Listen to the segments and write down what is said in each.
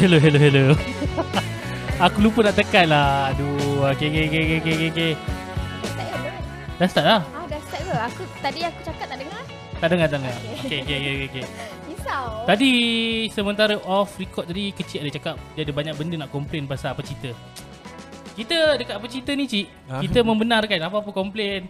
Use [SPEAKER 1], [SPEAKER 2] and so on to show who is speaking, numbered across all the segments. [SPEAKER 1] Hello, hello, hello. Aku lupa nak tekan lah. Aduh, okay, okay, okay, okay, okay, okay.
[SPEAKER 2] Tak payah tu kan?
[SPEAKER 1] Dah start lah.
[SPEAKER 2] Ah dah start ke? Aku tadi aku cakap tak dengar.
[SPEAKER 1] Tak dengar, tak dengar. Okay, okay, okay, okay. okay.
[SPEAKER 2] Risau.
[SPEAKER 1] Tadi sementara off record tadi kecil ada cakap dia ada banyak benda nak komplain pasal apa cerita. Kita dekat apa cerita ni cik?
[SPEAKER 3] Ha?
[SPEAKER 1] Kita membenarkan apa-apa komplain.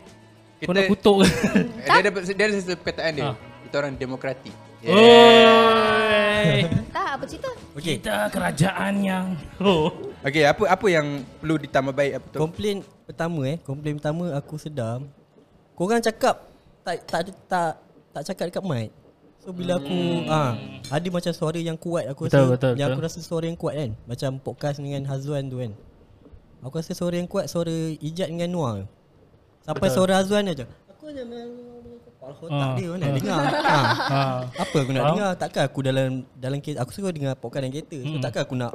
[SPEAKER 1] Kau
[SPEAKER 3] Kita-
[SPEAKER 1] nak kutuk ke?
[SPEAKER 3] Eh, Dia ada dia ada satu perkataan dia.
[SPEAKER 4] Ha.
[SPEAKER 1] Ah.
[SPEAKER 3] Kita orang demokratik.
[SPEAKER 4] Oh.
[SPEAKER 1] Oi.
[SPEAKER 2] Tak apa cerita?
[SPEAKER 1] Okay.
[SPEAKER 4] Okey.
[SPEAKER 1] Kita kerajaan yang Oh.
[SPEAKER 3] Okey, apa apa yang perlu ditambah baik apa tu?
[SPEAKER 4] Komplain pertama eh, komplain pertama aku sedar korang cakap tak tak ada- tak tak cakap dekat mic. So bila aku ah ada macam suara yang kuat aku
[SPEAKER 1] Betul,
[SPEAKER 4] rasa
[SPEAKER 1] betul,
[SPEAKER 4] yang
[SPEAKER 1] betul.
[SPEAKER 4] aku rasa suara yang kuat kan. Macam podcast dengan Hazwan tu kan. Aku rasa suara yang kuat suara Ijat dengan Noah. Sampai
[SPEAKER 1] Betul.
[SPEAKER 4] suara Hazwan dia je. Aku je main kepala otak
[SPEAKER 1] Ah,
[SPEAKER 4] dia nak
[SPEAKER 1] ah.
[SPEAKER 4] dengar. Ah.
[SPEAKER 1] ha.
[SPEAKER 4] Apa aku nak
[SPEAKER 1] Faham?
[SPEAKER 4] dengar Takkan aku dalam Dalam kereta Aku suka dengar podcast dalam kereta
[SPEAKER 1] Hmm.
[SPEAKER 4] So takkan aku nak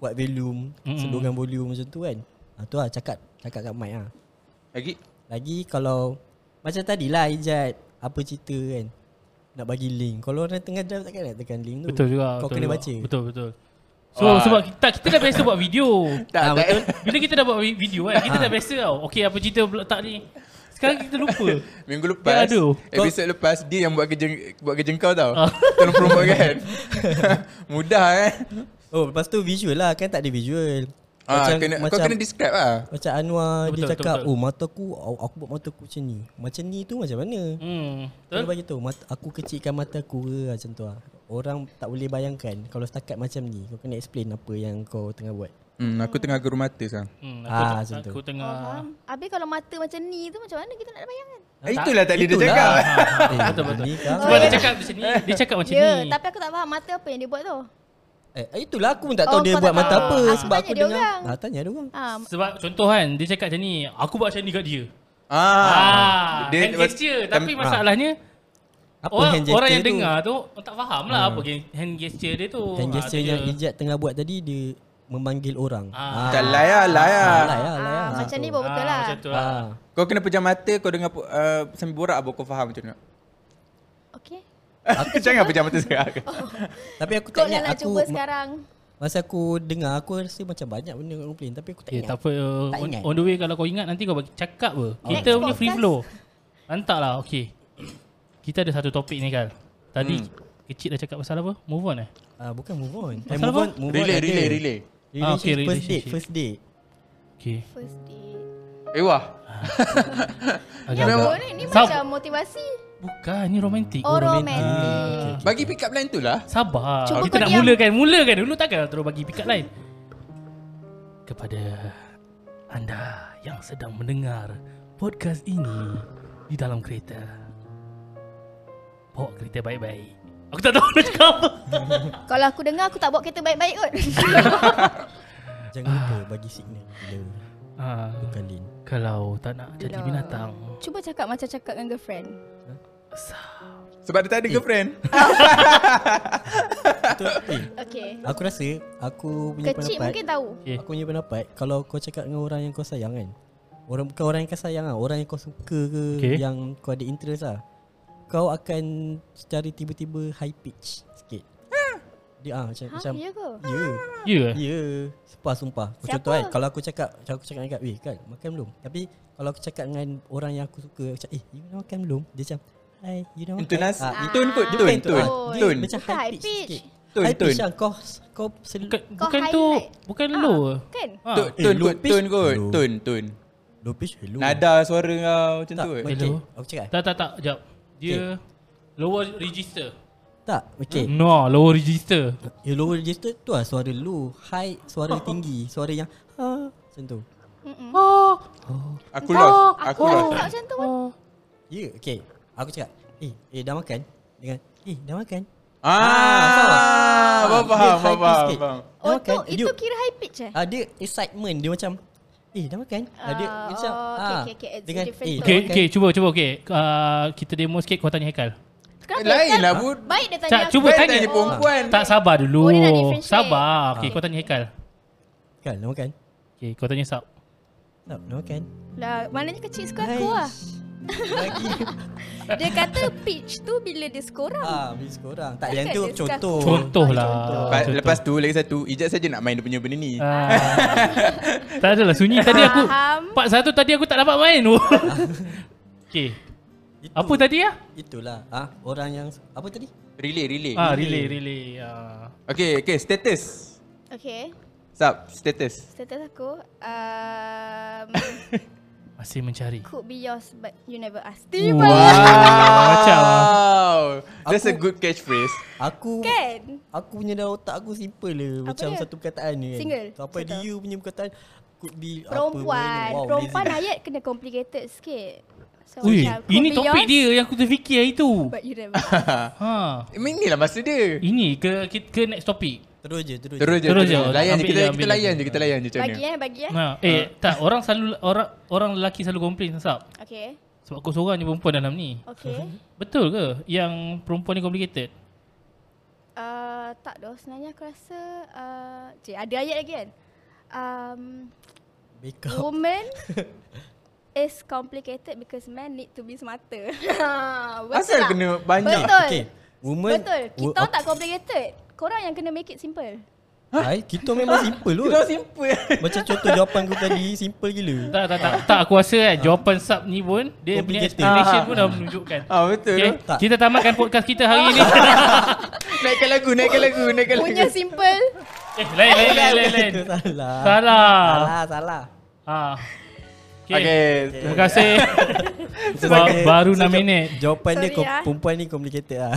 [SPEAKER 4] Kuat volume
[SPEAKER 1] Mm-mm.
[SPEAKER 4] Sedurkan volume macam tu kan ha, Tu lah cakap Cakap kat mic lah
[SPEAKER 3] Lagi
[SPEAKER 4] Lagi kalau Macam tadi lah Ijat Apa cerita kan Nak bagi link Kalau orang tengah drive Takkan nak tekan link tu
[SPEAKER 1] Betul juga.
[SPEAKER 4] Kau
[SPEAKER 1] betul
[SPEAKER 4] kena
[SPEAKER 1] juga.
[SPEAKER 4] baca
[SPEAKER 1] Betul betul. So
[SPEAKER 3] Wah.
[SPEAKER 1] sebab kita kita dah biasa buat video.
[SPEAKER 3] tak
[SPEAKER 4] Ah,
[SPEAKER 3] tak.
[SPEAKER 4] betul. Ah.
[SPEAKER 1] Bila kita dah buat vi- video kan, kita dah biasa tau. Okey apa cerita letak ni. Sekarang kita lupa.
[SPEAKER 3] Minggu lepas,
[SPEAKER 1] aduh.
[SPEAKER 3] episod lepas dia yang buat kerja buat kerja kau tau.
[SPEAKER 4] Ah.
[SPEAKER 3] Tolong promote kan. Mudah eh.
[SPEAKER 4] Oh lepas tu visual lah Kan tak ada visual
[SPEAKER 3] Ah, kena, kau kena describe lah.
[SPEAKER 4] macam Anwar
[SPEAKER 1] Betul,
[SPEAKER 4] betul, dia
[SPEAKER 1] betul,
[SPEAKER 4] cakap
[SPEAKER 1] betul.
[SPEAKER 4] oh mata aku aku aku buat mata aku macam ni. Macam ni tu macam mana?
[SPEAKER 1] Hmm.
[SPEAKER 4] Betul? Kena
[SPEAKER 1] Betul?
[SPEAKER 4] bagi tahu mata, aku kecilkan mata aku ke macam tu lah. Orang tak boleh bayangkan kalau setakat macam ni kau kena explain apa yang kau tengah buat.
[SPEAKER 3] Hmm, aku tengah geru mata sekarang.
[SPEAKER 1] Hmm, aku,
[SPEAKER 4] Ah,
[SPEAKER 1] tak-
[SPEAKER 4] macam tu.
[SPEAKER 1] aku tengah
[SPEAKER 2] Faham. Habis kalau mata macam ni tu macam mana kita nak bayangan?
[SPEAKER 3] Eh, itulah tadi dia
[SPEAKER 4] Ah, Itulah.
[SPEAKER 3] cakap.
[SPEAKER 4] Eh,
[SPEAKER 1] Ah, Betul betul.
[SPEAKER 4] ni kau-
[SPEAKER 1] Sebab dia cakap macam ni, dia cakap
[SPEAKER 2] Ya,
[SPEAKER 1] macam
[SPEAKER 2] yeah,
[SPEAKER 1] ni.
[SPEAKER 2] tapi aku tak faham mata apa yang dia buat tu.
[SPEAKER 4] Eh, itulah aku pun tak
[SPEAKER 2] Oh,
[SPEAKER 4] tahu dia
[SPEAKER 2] kau
[SPEAKER 4] buat
[SPEAKER 2] tak
[SPEAKER 4] mata
[SPEAKER 2] tahu.
[SPEAKER 4] apa
[SPEAKER 2] Aku
[SPEAKER 4] sebab
[SPEAKER 2] tanya
[SPEAKER 4] aku
[SPEAKER 2] dia
[SPEAKER 4] dengar.
[SPEAKER 2] orang.
[SPEAKER 4] Ah, tanya dia orang.
[SPEAKER 2] Ha,
[SPEAKER 1] Sebab contoh kan, dia cakap macam ni, aku buat macam ni kat dia.
[SPEAKER 3] Ah,
[SPEAKER 1] Ah, hand gesture. Tapi
[SPEAKER 3] tam-
[SPEAKER 1] masalahnya,
[SPEAKER 4] kan- ah. Apa
[SPEAKER 1] orang,
[SPEAKER 4] hand gesture
[SPEAKER 1] orang yang
[SPEAKER 4] tu? Ah.
[SPEAKER 1] dengar tu tak faham lah apa gen- hand gesture dia tu.
[SPEAKER 4] Hand
[SPEAKER 1] Ah,
[SPEAKER 4] gesture
[SPEAKER 1] tu
[SPEAKER 4] yang
[SPEAKER 1] je.
[SPEAKER 4] Ijat tengah buat tadi dia memanggil orang.
[SPEAKER 1] Ah.
[SPEAKER 3] Tak layak,
[SPEAKER 4] Ah,
[SPEAKER 3] layak.
[SPEAKER 4] layak,
[SPEAKER 2] ah,
[SPEAKER 4] layak.
[SPEAKER 2] macam ni
[SPEAKER 4] tu.
[SPEAKER 2] pun betul
[SPEAKER 1] Ah,
[SPEAKER 2] lah.
[SPEAKER 1] Macam tu lah.
[SPEAKER 4] Ah.
[SPEAKER 3] Kau kena pejam mata, kau dengar po- uh, sambil borak baru kau faham macam mana.
[SPEAKER 2] Okey.
[SPEAKER 3] Jangan pejam mata sekarang.
[SPEAKER 4] Tapi aku
[SPEAKER 2] Kau
[SPEAKER 4] tak
[SPEAKER 2] lah
[SPEAKER 4] ingat
[SPEAKER 2] nak
[SPEAKER 4] aku
[SPEAKER 2] cuba sekarang.
[SPEAKER 4] masa aku dengar aku rasa macam banyak benda kat komplain tapi aku tak
[SPEAKER 1] Okay,
[SPEAKER 4] ingat.
[SPEAKER 1] tak apa. Uh,
[SPEAKER 4] Tak
[SPEAKER 1] on,
[SPEAKER 4] ingat.
[SPEAKER 1] on the way kalau kau ingat nanti kau bagi cakap apa. Kita
[SPEAKER 2] Oh, Next
[SPEAKER 1] punya free
[SPEAKER 2] podcast.
[SPEAKER 1] flow. Hantar lah. Okay. Kita ada satu topik ni Kal. Tadi kecil dah cakap pasal apa? Move on eh?
[SPEAKER 4] Ah, bukan move on. Eh,
[SPEAKER 1] Pasal
[SPEAKER 4] move
[SPEAKER 1] apa?
[SPEAKER 4] on, move
[SPEAKER 3] Relay,
[SPEAKER 4] on. ada.
[SPEAKER 3] relay, relay.
[SPEAKER 4] Relationship,
[SPEAKER 1] Ah, okay,
[SPEAKER 4] first date,
[SPEAKER 1] relationship.
[SPEAKER 4] first date.
[SPEAKER 1] Okay.
[SPEAKER 2] First date.
[SPEAKER 3] Eh wah.
[SPEAKER 2] Ni
[SPEAKER 1] Agak
[SPEAKER 2] apa
[SPEAKER 1] -agak.
[SPEAKER 2] ni? Ni
[SPEAKER 1] Sab-
[SPEAKER 2] macam motivasi.
[SPEAKER 1] Bukan, ni romantik.
[SPEAKER 2] Ya, Oh,
[SPEAKER 4] romantik.
[SPEAKER 2] romantik.
[SPEAKER 3] Bagi pick up line tu lah.
[SPEAKER 1] Sabar.
[SPEAKER 2] Cuba
[SPEAKER 1] Kita
[SPEAKER 2] kau
[SPEAKER 1] nak
[SPEAKER 2] diam.
[SPEAKER 1] mulakan. Mulakan dulu takkan terus bagi pick up line. Kepada anda yang sedang mendengar podcast ini di dalam kereta. Bawa kereta baik-baik. Aku tak tahu nak cakap apa.
[SPEAKER 2] Kalau aku dengar aku tak buat kereta baik-baik kot.
[SPEAKER 4] Jangan lupa bagi signal bila
[SPEAKER 1] Ah,
[SPEAKER 4] kalin.
[SPEAKER 1] kalau tak nak jadi binatang.
[SPEAKER 2] Cuba cakap macam cakap dengan girlfriend.
[SPEAKER 3] Sebab dia tak ada girlfriend.
[SPEAKER 4] Betul. Eh,
[SPEAKER 2] Okey.
[SPEAKER 4] aku rasa aku punya
[SPEAKER 2] Kecil
[SPEAKER 4] pendapat.
[SPEAKER 2] mungkin tahu.
[SPEAKER 1] Eh.
[SPEAKER 4] Aku punya pendapat kalau kau cakap dengan orang yang kau sayang kan. Orang bukan orang yang kau sayang lah, orang yang kau suka ke,
[SPEAKER 1] Okay.
[SPEAKER 4] yang kau ada interest lah. Kau akan secara tiba-tiba high pitch sikit. Dia ah macam
[SPEAKER 2] Ha,
[SPEAKER 4] macam
[SPEAKER 2] ya ke?
[SPEAKER 4] Ya.
[SPEAKER 1] Ya ke?
[SPEAKER 4] Ya. Sumpah sumpah. Kau
[SPEAKER 2] Siapa?
[SPEAKER 4] Contoh kan kalau aku cakap macam aku cakap dengan Kak, "Weh, kan makan belum?" Tapi kalau aku cakap dengan orang yang aku suka, aku cakap, "Eh, you dah makan belum?" Dia macam, "Hai, you dah makan?"
[SPEAKER 3] Intonasi.
[SPEAKER 4] Ah,
[SPEAKER 3] Tun kot,
[SPEAKER 4] Dia
[SPEAKER 3] tun,
[SPEAKER 4] bukan
[SPEAKER 3] tun,
[SPEAKER 4] ah, dia
[SPEAKER 3] tun.
[SPEAKER 4] Macam
[SPEAKER 2] Bukan
[SPEAKER 4] high
[SPEAKER 2] high
[SPEAKER 4] pitch,
[SPEAKER 2] pitch.
[SPEAKER 4] sikit.
[SPEAKER 3] Tun,
[SPEAKER 4] high
[SPEAKER 3] tun.
[SPEAKER 4] pitch lah. Kau kau sel-
[SPEAKER 1] Bukan,
[SPEAKER 2] Kau
[SPEAKER 1] bukan tu,
[SPEAKER 2] highlight.
[SPEAKER 1] bukan
[SPEAKER 2] Ah,
[SPEAKER 1] low.
[SPEAKER 2] Kan?
[SPEAKER 1] Ha.
[SPEAKER 3] Tun,
[SPEAKER 4] eh,
[SPEAKER 3] tun
[SPEAKER 4] low
[SPEAKER 3] kot,
[SPEAKER 4] pitch.
[SPEAKER 3] tun kot.
[SPEAKER 4] Low.
[SPEAKER 3] Tun, tun.
[SPEAKER 4] low pitch hello.
[SPEAKER 3] Nada suara kau macam
[SPEAKER 4] tak,
[SPEAKER 3] tu. eh.
[SPEAKER 4] okay.
[SPEAKER 1] Hello.
[SPEAKER 4] Aku cakap.
[SPEAKER 1] Tak, tak, tak. Sekejap. Dia lower register.
[SPEAKER 4] Tak, okay.
[SPEAKER 1] No, lower register.
[SPEAKER 4] Ya low register tu lah suara low,
[SPEAKER 1] Oh.
[SPEAKER 4] high suara tinggi, suara yang ha macam tu.
[SPEAKER 1] Oh.
[SPEAKER 3] Aku lost.
[SPEAKER 2] Aku
[SPEAKER 3] Aku lost.
[SPEAKER 2] tak macam tu.
[SPEAKER 4] Ya, yeah, okay. Aku cakap, "Eh, eh dah makan?" Dengan, "Eh, dah makan?"
[SPEAKER 3] Ah,
[SPEAKER 4] Ah,
[SPEAKER 3] faham,
[SPEAKER 4] dia
[SPEAKER 3] faham,
[SPEAKER 4] high pitch
[SPEAKER 3] faham,
[SPEAKER 4] sikit.
[SPEAKER 3] faham.
[SPEAKER 4] Dah
[SPEAKER 2] Oh,
[SPEAKER 4] makan?
[SPEAKER 2] tu itu
[SPEAKER 4] Dia-
[SPEAKER 2] kira high pitch
[SPEAKER 3] Ah,
[SPEAKER 2] eh?
[SPEAKER 4] ada excitement dia macam eh dah makan uh, dia
[SPEAKER 2] Ah,
[SPEAKER 4] dia macam
[SPEAKER 2] oh, okay, okay, okay. It's a
[SPEAKER 4] dengan
[SPEAKER 2] different
[SPEAKER 4] eh
[SPEAKER 2] tone.
[SPEAKER 1] Okay,
[SPEAKER 4] okay.
[SPEAKER 1] okay, cuba, cuba, okay. Uh, kita demo sikit, kau tanya Haikal.
[SPEAKER 2] Kenapa?
[SPEAKER 3] Lain
[SPEAKER 2] Kan-
[SPEAKER 3] lah, bud.
[SPEAKER 2] Baik dia tanya Lah,
[SPEAKER 1] Cak,
[SPEAKER 2] aku.
[SPEAKER 1] cuba
[SPEAKER 3] Kan
[SPEAKER 1] tanya.
[SPEAKER 3] tanya perempuan.
[SPEAKER 1] Tak, sabar dulu.
[SPEAKER 2] Oh, dia nak differentiate. Ah.
[SPEAKER 1] sabar. Okay, kau tanya Haikal.
[SPEAKER 4] kan dah makan
[SPEAKER 1] Okay, kau tanya Sab.
[SPEAKER 4] tak dah makan
[SPEAKER 2] Lah, maknanya kecil suka aku lah.
[SPEAKER 4] Lagi
[SPEAKER 2] Dia kata pitch tu bila dia skorang.
[SPEAKER 4] Ah, bis korang Tak yang tu
[SPEAKER 2] Takkan discuss.
[SPEAKER 4] contoh
[SPEAKER 1] Contoh lah.
[SPEAKER 3] Lepas, lepas tu lagi satu Ijaz saja nak main dia punya benda ni
[SPEAKER 1] Ah. tak adalah sunyi tadi aku
[SPEAKER 2] Faham.
[SPEAKER 1] part satu tadi aku tak dapat main. Okey.
[SPEAKER 4] Itu.
[SPEAKER 1] Apa tadi ah?
[SPEAKER 4] Itulah ah, Orang yang Apa tadi?
[SPEAKER 3] Relay relay
[SPEAKER 1] Ah relay relay. Ah.
[SPEAKER 3] Okay okay status
[SPEAKER 2] Okay.
[SPEAKER 3] Sub status
[SPEAKER 2] Status aku um,
[SPEAKER 1] Masih mencari.
[SPEAKER 2] could be yours but you never ask. Tiba kan?
[SPEAKER 1] Wow. Macam ah.
[SPEAKER 3] Wow That's a
[SPEAKER 4] Aku-
[SPEAKER 3] good catchphrase
[SPEAKER 4] Aku
[SPEAKER 2] kan?
[SPEAKER 4] Aku punya dalam otak aku simple le
[SPEAKER 2] Apa
[SPEAKER 4] Macam
[SPEAKER 2] dia?
[SPEAKER 4] satu perkataan ni kan
[SPEAKER 2] Single,
[SPEAKER 4] Sampai
[SPEAKER 2] contoh.
[SPEAKER 4] dia punya perkataan Could be apa
[SPEAKER 2] Perempuan.
[SPEAKER 4] benda. Wow,
[SPEAKER 2] Perempuan
[SPEAKER 4] amazing.
[SPEAKER 2] ayat kena complicated sikit. So
[SPEAKER 1] Ui,
[SPEAKER 2] macam, could
[SPEAKER 1] ini
[SPEAKER 2] be
[SPEAKER 1] topik
[SPEAKER 2] yours,
[SPEAKER 1] dia yang aku terfikir hari tu.
[SPEAKER 2] But you never ask.
[SPEAKER 1] Ha.
[SPEAKER 3] Inilah lah masa dia
[SPEAKER 1] Ini ke ke, ke next topik.
[SPEAKER 4] Terus je terus,
[SPEAKER 3] Terus je
[SPEAKER 1] Terus
[SPEAKER 3] Terus je
[SPEAKER 1] je.
[SPEAKER 3] Layan je
[SPEAKER 1] Ambil
[SPEAKER 3] kita,
[SPEAKER 1] je,
[SPEAKER 3] kita
[SPEAKER 1] ambil
[SPEAKER 3] layan
[SPEAKER 1] je.
[SPEAKER 3] je Kita layan je macam
[SPEAKER 2] bagi
[SPEAKER 3] mana
[SPEAKER 2] eh, bagi eh.
[SPEAKER 1] Ha. Eh, tak orang selalu orang orang lelaki selalu komplain sab.
[SPEAKER 2] Okay.
[SPEAKER 1] Sebab kau seorang je perempuan dalam ni.
[SPEAKER 2] Okay.
[SPEAKER 1] Mhm. Betul ke yang perempuan ni complicated?
[SPEAKER 2] Uh, tak doh sebenarnya aku rasa uh, cik, ada ayat lagi kan. Um,
[SPEAKER 4] Makeup
[SPEAKER 2] woman is complicated because men need to be smarter. Betul
[SPEAKER 3] Asal
[SPEAKER 2] tak?
[SPEAKER 3] kena banyak
[SPEAKER 2] Betul.
[SPEAKER 4] Okay Woman
[SPEAKER 2] Betul. Kita tak complicated. Korang yang kena make it simple.
[SPEAKER 4] Hai, Kita memang simple
[SPEAKER 3] Kita
[SPEAKER 4] loh
[SPEAKER 3] orang simple
[SPEAKER 4] Macam contoh jawapan aku tadi Simple gila
[SPEAKER 1] Tak tak tak, tak aku rasa kan jawapan sub ni pun dia punya
[SPEAKER 4] Complicated.
[SPEAKER 1] explanation pun dah menunjukkan.
[SPEAKER 3] Ah betul
[SPEAKER 1] Okay,
[SPEAKER 4] Tak.
[SPEAKER 1] kita tamatkan podcast kita hari ni.
[SPEAKER 3] Naikkan lagu Naikkan lagu Naikkan lagu
[SPEAKER 2] Punya simple.
[SPEAKER 1] eh, lain lain lain lain. lain.
[SPEAKER 4] Salah
[SPEAKER 1] Salah.
[SPEAKER 4] Salah Salah
[SPEAKER 1] Ah. Okay.
[SPEAKER 3] Okay
[SPEAKER 1] Terima kasih. Sebab
[SPEAKER 4] Sebagai-
[SPEAKER 1] baru
[SPEAKER 4] so,
[SPEAKER 1] 6
[SPEAKER 4] jawab-
[SPEAKER 1] minit.
[SPEAKER 4] Jawapan dia
[SPEAKER 2] Sorry,
[SPEAKER 4] kom-
[SPEAKER 2] ah.
[SPEAKER 4] Perempuan ni complicated lah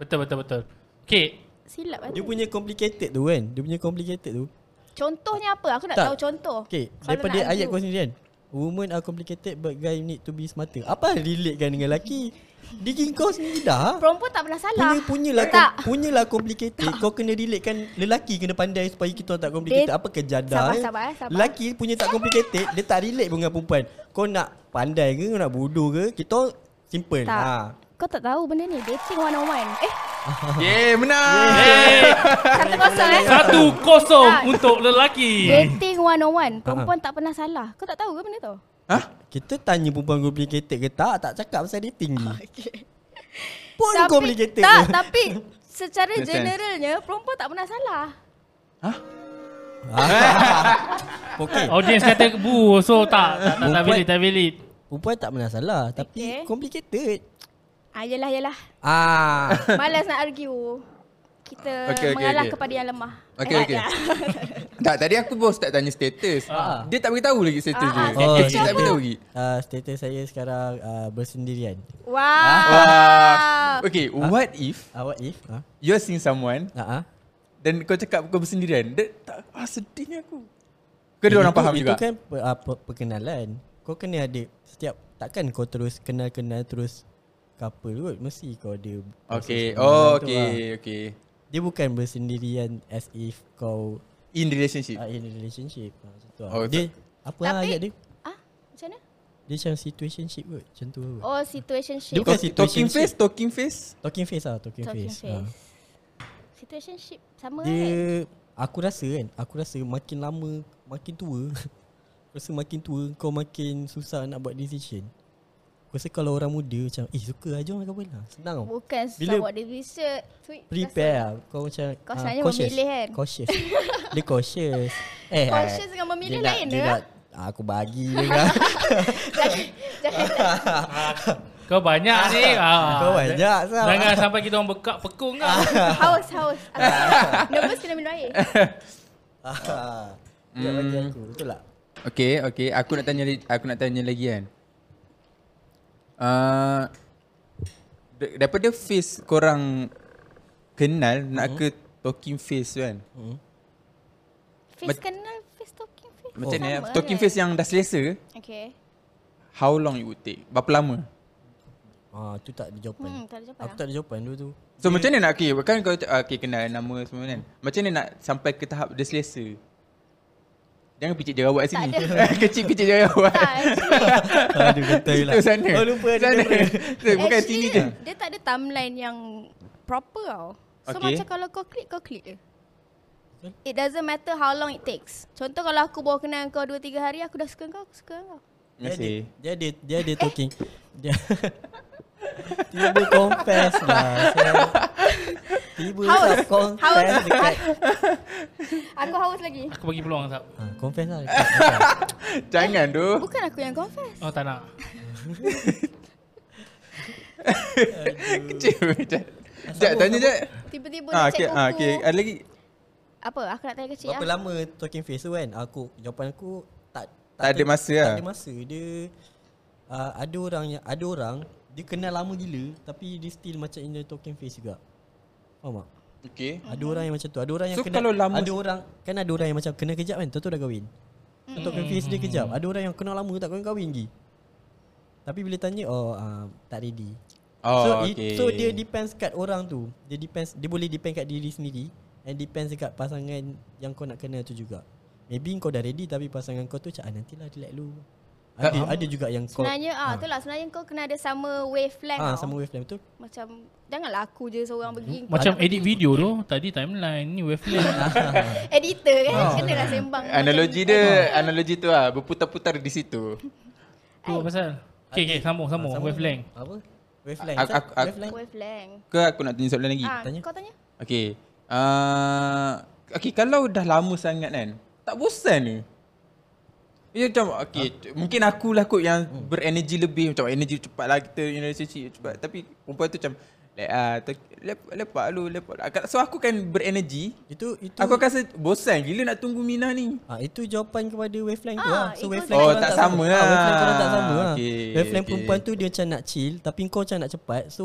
[SPEAKER 1] Betul betul betul. Okay.
[SPEAKER 2] Silap kan?
[SPEAKER 4] Dia punya complicated tu kan Dia punya complicated tu
[SPEAKER 2] Contohnya apa? Aku nak
[SPEAKER 4] Tak.
[SPEAKER 2] tahu contoh.
[SPEAKER 4] Okay
[SPEAKER 2] Kalau
[SPEAKER 4] Daripada
[SPEAKER 2] nak
[SPEAKER 4] ayat
[SPEAKER 2] argue.
[SPEAKER 4] kau sendiri kan Women are complicated But guy need to be smarter Apa relate kan dengan lelaki Diri kau sendiri dah
[SPEAKER 2] Perempuan tak pernah salah.
[SPEAKER 4] Punya punya lah
[SPEAKER 2] lah. Tak.
[SPEAKER 4] punya lah complicated. Kau kena relate kan lelaki kena pandai supaya kita orang tak complicated.
[SPEAKER 2] Dia-
[SPEAKER 4] Apa kejadah?
[SPEAKER 2] Sabar,
[SPEAKER 4] eh?
[SPEAKER 2] sabar, eh, sabar.
[SPEAKER 4] Lelaki punya tak complicated, dia tak relate pun dengan perempuan. Kau nak pandai ke, kau nak bodoh ke, kita orang simple.
[SPEAKER 2] Tak.
[SPEAKER 4] Ha.
[SPEAKER 2] Kau tak tahu benda ni. Dating one on one. Eh,
[SPEAKER 3] Yeah menang
[SPEAKER 1] Hey,
[SPEAKER 2] kata kosong eh.
[SPEAKER 1] Eh, satu
[SPEAKER 2] Tak.
[SPEAKER 1] kosong untuk lelaki.
[SPEAKER 2] Dating one on one. Perempuan tak pernah salah. Kau tak tahu ke benda tu?
[SPEAKER 3] Hah?
[SPEAKER 4] Kita tanya perempuan complicated ke tak, tak cakap pasal dating ni.
[SPEAKER 2] Okay.
[SPEAKER 4] Pun complicated.
[SPEAKER 2] Tak,
[SPEAKER 4] ke.
[SPEAKER 2] tapi secara
[SPEAKER 3] Make sense.
[SPEAKER 2] generalnya perempuan tak pernah salah.
[SPEAKER 4] Ha. Okay.
[SPEAKER 1] Audience kata bu, so tak tak tak, tak
[SPEAKER 4] Perempuan-
[SPEAKER 1] valid tak valid.
[SPEAKER 4] Perempuan tak pernah salah, tapi
[SPEAKER 2] Okay.
[SPEAKER 4] complicated.
[SPEAKER 2] Ah, yelah, yelah.
[SPEAKER 4] Ah.
[SPEAKER 2] Malas nak argue. Kita
[SPEAKER 3] Okey, okey,
[SPEAKER 2] mengalah
[SPEAKER 3] okey.
[SPEAKER 2] kepada yang lemah.
[SPEAKER 3] Okey,
[SPEAKER 2] Hebat
[SPEAKER 3] okey.
[SPEAKER 2] lah.
[SPEAKER 3] Tak tadi aku pun start tanya status
[SPEAKER 4] Ah.
[SPEAKER 3] Dia tak beritahu lagi status
[SPEAKER 2] Ah,
[SPEAKER 3] dia
[SPEAKER 2] ah,
[SPEAKER 4] status
[SPEAKER 3] Eh, dia
[SPEAKER 4] dia
[SPEAKER 3] tak
[SPEAKER 4] apa?
[SPEAKER 3] beritahu lagi
[SPEAKER 4] Uh, status saya sekarang uh, bersendirian.
[SPEAKER 3] Ah.
[SPEAKER 2] Wow.
[SPEAKER 3] Okay what if
[SPEAKER 4] Uh, what if? Ha?
[SPEAKER 3] You're seeing someone
[SPEAKER 4] Uh-huh.
[SPEAKER 3] Dan kau cakap kau bersendirian Dia tak ah, sedihnya aku Kau dia orang
[SPEAKER 4] Itu-
[SPEAKER 3] faham juga
[SPEAKER 4] Itu kan per, uh, per, perkenalan. Kau kena ada setiap takkan kau terus kenal-kenal terus couple kot. Mesti kau ada proses
[SPEAKER 3] Okay
[SPEAKER 4] perkenalan
[SPEAKER 3] Oh
[SPEAKER 4] tu lah.
[SPEAKER 3] okay Okay
[SPEAKER 4] Dia bukan bersendirian as if kau
[SPEAKER 3] In relationship
[SPEAKER 4] uh, in a relationship. Uh, macam tu lah.
[SPEAKER 3] Oh,
[SPEAKER 4] dia apa lah
[SPEAKER 2] Tapi-
[SPEAKER 4] ayat dia?
[SPEAKER 2] Ah, macam mana?
[SPEAKER 4] Dia macam situationship kot. Macam tu. kot.
[SPEAKER 2] Oh, situationship.
[SPEAKER 4] Dia bukan
[SPEAKER 3] Talk- Talking
[SPEAKER 4] situationship.
[SPEAKER 3] face Talking face
[SPEAKER 4] Talking face lah, talking,
[SPEAKER 2] Talking
[SPEAKER 4] face.
[SPEAKER 2] face.
[SPEAKER 4] Ah.
[SPEAKER 2] Situationship sama kan?
[SPEAKER 4] Dia aku rasa kan, aku rasa makin lama makin tua. aku rasa makin tua kau makin susah nak buat decision. Aku rasa kalau orang muda macam eh suka lah, jom lah kahwin lah. Senang tau.
[SPEAKER 2] Bukan susah
[SPEAKER 4] Bila-
[SPEAKER 2] buat dia research. Tweet,
[SPEAKER 4] Prepare lah. Kau macam
[SPEAKER 2] Kau
[SPEAKER 4] ah,
[SPEAKER 2] sebenarnya memilih kan?
[SPEAKER 4] Cautious Dia cautious Eh,
[SPEAKER 2] Cautious
[SPEAKER 4] ah,
[SPEAKER 2] dengan memilih
[SPEAKER 4] dia nak-
[SPEAKER 2] lain ya?
[SPEAKER 4] dia
[SPEAKER 2] ke?
[SPEAKER 4] nak, ah, Aku bagi dia kan
[SPEAKER 1] Kau banyak ni. Ah.
[SPEAKER 4] Kau banyak, lah. Sam.
[SPEAKER 1] Jangan sampai kita orang bekak pekung kan.
[SPEAKER 2] Rasa- Haus, haus. Aku- Nervous kena minum air.
[SPEAKER 4] Ah, Dia nak
[SPEAKER 3] Hmm.
[SPEAKER 4] bagi aku Betul tak?
[SPEAKER 3] Okay okay Aku nak tanya li- Aku nak tanya lagi kan Ah, da- Daripada face korang
[SPEAKER 4] Mhm.
[SPEAKER 3] Kenal Nak ke Talking face tu kan
[SPEAKER 4] Oh.
[SPEAKER 2] Face kenal, face talking face.
[SPEAKER 3] Macam ni
[SPEAKER 2] Sama
[SPEAKER 3] Talking
[SPEAKER 2] kan?
[SPEAKER 3] face yang dah selesa
[SPEAKER 2] Okay.
[SPEAKER 3] How long it would take Berapa lama
[SPEAKER 4] Ah, tu tak ada jawapan.
[SPEAKER 2] Hmm, tak ada jawapan
[SPEAKER 4] Aku
[SPEAKER 2] lah.
[SPEAKER 4] tak ada jawapan dulu tu.
[SPEAKER 3] So macam mana nak okay, Kan kau ah, okay, kenal nama semua kan Macam mana nak sampai ke tahap dia selesa Jangan picit
[SPEAKER 2] Tak
[SPEAKER 3] jerawat sini
[SPEAKER 2] ada.
[SPEAKER 3] Kecil-kecil jerawat
[SPEAKER 2] Tak, actually,
[SPEAKER 4] Aduh, betul lah.
[SPEAKER 3] Itu sana
[SPEAKER 4] Oh, lupa ada
[SPEAKER 3] sana.
[SPEAKER 4] jawapan.
[SPEAKER 3] Tu, Bukan sini je
[SPEAKER 2] actually dia tak ada timeline yang proper tau. So
[SPEAKER 3] Okay.
[SPEAKER 2] macam kalau kau klik, kau klik je. It doesn't matter how long it takes. Contoh kalau aku baru kenal kau 2-3 hari, aku dah suka kau, aku suka kau.
[SPEAKER 3] Terima kasih
[SPEAKER 4] Dia ada dia ada talking. Dia Tiba confess lah Saya- Tiba
[SPEAKER 2] Haus.
[SPEAKER 4] tak confess
[SPEAKER 2] Haus.
[SPEAKER 4] dekat
[SPEAKER 2] Aku haus lagi.
[SPEAKER 1] Aku bagi peluang Sab.
[SPEAKER 4] ha, Confess lah dekat, dekat.
[SPEAKER 3] Jangan tu.
[SPEAKER 2] Bukan aku yang confess.
[SPEAKER 1] Oh tak nak.
[SPEAKER 3] Kecil macam. Hmm. Jap, tanya je.
[SPEAKER 2] Tiba-tiba
[SPEAKER 3] Ah,
[SPEAKER 2] dia
[SPEAKER 3] okay,
[SPEAKER 2] cek
[SPEAKER 3] ah,
[SPEAKER 2] kuku.
[SPEAKER 3] okay. Ada lagi?
[SPEAKER 2] Apa? Aku nak tanya kecil
[SPEAKER 4] Berapa
[SPEAKER 2] lah.
[SPEAKER 4] lama talking face tu kan Aku Jawapan aku Tak
[SPEAKER 3] Tak ada masa
[SPEAKER 4] Tak
[SPEAKER 3] lah.
[SPEAKER 4] ada masa Dia uh, Ada orang yang Ada orang Dia kenal lama gila Tapi dia still macam In the talking face juga Faham tak?
[SPEAKER 3] Okay.
[SPEAKER 4] Ada orang yang macam tu Ada orang yang
[SPEAKER 3] So,
[SPEAKER 4] kenal
[SPEAKER 3] kalau lama-
[SPEAKER 4] Ada orang Kan ada orang yang macam Kenal kejap kan Tentu dah kahwin Tentu mm. confuse dia kejap Ada orang yang kenal lama Tak kahwin-kahwin lagi Tapi bila tanya Oh uh, tak ready so,
[SPEAKER 3] Oh,
[SPEAKER 4] it-
[SPEAKER 3] okay.
[SPEAKER 4] so dia depends kat orang tu Dia depends Dia boleh depend kat diri sendiri And depends dekat pasangan Yang kau nak kenal tu juga Maybe kau dah ready Tapi pasangan kau tu Macam ah, nantilah relax dulu ada, ada juga yang kau
[SPEAKER 2] Sebenarnya ah, tu lah sebenarnya kau kena ada sama wavelength. Ah,
[SPEAKER 4] Ah, sama Hmm. wavelength tu
[SPEAKER 2] Macam janganlah aku je seorang pergi
[SPEAKER 1] Macam edit video tu tadi timeline ni
[SPEAKER 4] Ah.
[SPEAKER 1] wavelength.
[SPEAKER 2] editor kan. Ah. Kenalah sembang.
[SPEAKER 3] Analogi dia, analogi tu lah. Berputar-putar di situ.
[SPEAKER 1] Tu apa pasal? Okay, okay, sambung,
[SPEAKER 4] Ah,
[SPEAKER 1] sambung. Oh, wavelength.
[SPEAKER 4] Apa? Wavelength
[SPEAKER 3] Aku-
[SPEAKER 4] So,
[SPEAKER 3] aku- aku-
[SPEAKER 4] Wavelength
[SPEAKER 2] Macam wavelength.
[SPEAKER 3] Ke aku nak tanya soalan lagi?
[SPEAKER 2] Ah,
[SPEAKER 4] tanya.
[SPEAKER 2] kau tanya.
[SPEAKER 3] Okay. Uh, okay, kalau dah lama sangat kan, tak bosan ke? Ya macam, okay, ha? mungkin akulah kot yang hmm. berenergi lebih. Macam energi cepat lah kita in relationship cepat. Tapi perempuan tu macam, like, ah, ter- lep- lepak lu, lepak. lah." So aku kan berenergi.
[SPEAKER 4] Itu itu
[SPEAKER 3] Aku akan rasa bosan gila nak tunggu Mina ni.
[SPEAKER 4] Ah itu jawapan kepada wavelength tu
[SPEAKER 2] Ah,
[SPEAKER 4] lah. So
[SPEAKER 2] ikut
[SPEAKER 4] wavelength
[SPEAKER 3] Oh,
[SPEAKER 4] korang
[SPEAKER 3] tak sama
[SPEAKER 4] Ah,
[SPEAKER 3] lah.
[SPEAKER 4] wavelength korang tak sama lah.
[SPEAKER 3] Okay,
[SPEAKER 4] wavelength
[SPEAKER 3] okay.
[SPEAKER 4] perempuan tu dia macam nak chill tapi kau macam nak cepat. So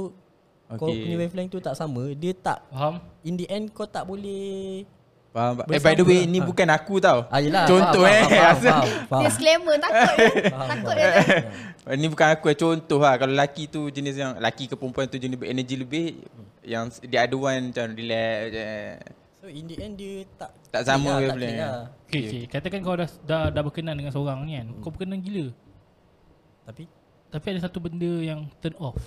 [SPEAKER 4] kau
[SPEAKER 3] Okay.
[SPEAKER 4] punya wavelength tu tak sama. Dia tak
[SPEAKER 1] Faham?
[SPEAKER 4] in the end kau tak boleh
[SPEAKER 3] Faham? faham. Eh,
[SPEAKER 4] Bersama
[SPEAKER 3] by the way,
[SPEAKER 4] lah.
[SPEAKER 3] ni
[SPEAKER 4] Ha.
[SPEAKER 3] bukan aku tau.
[SPEAKER 4] Ah yelah.
[SPEAKER 3] Contoh
[SPEAKER 4] faham,
[SPEAKER 3] eh. Asal-
[SPEAKER 4] Faham. faham, faham, faham.
[SPEAKER 2] Disclaimer takut dia. takut ya. dia.
[SPEAKER 3] Ni bukan aku eh, contoh lah Kalau lelaki tu jenis yang Lelaki ke perempuan tu jenis berenergi lebih Yang s- the other one macam relax eh. je.
[SPEAKER 4] So in the end dia tak
[SPEAKER 3] Tak sama
[SPEAKER 4] tak
[SPEAKER 3] wavelength.
[SPEAKER 4] click lah.
[SPEAKER 1] Okay, okay. Katakan kau dah, dah dah berkenan dengan seorang ni
[SPEAKER 4] Hmm.
[SPEAKER 1] kan. Kau berkenan gila.
[SPEAKER 4] Tapi
[SPEAKER 1] Tapi ada satu benda yang turn off.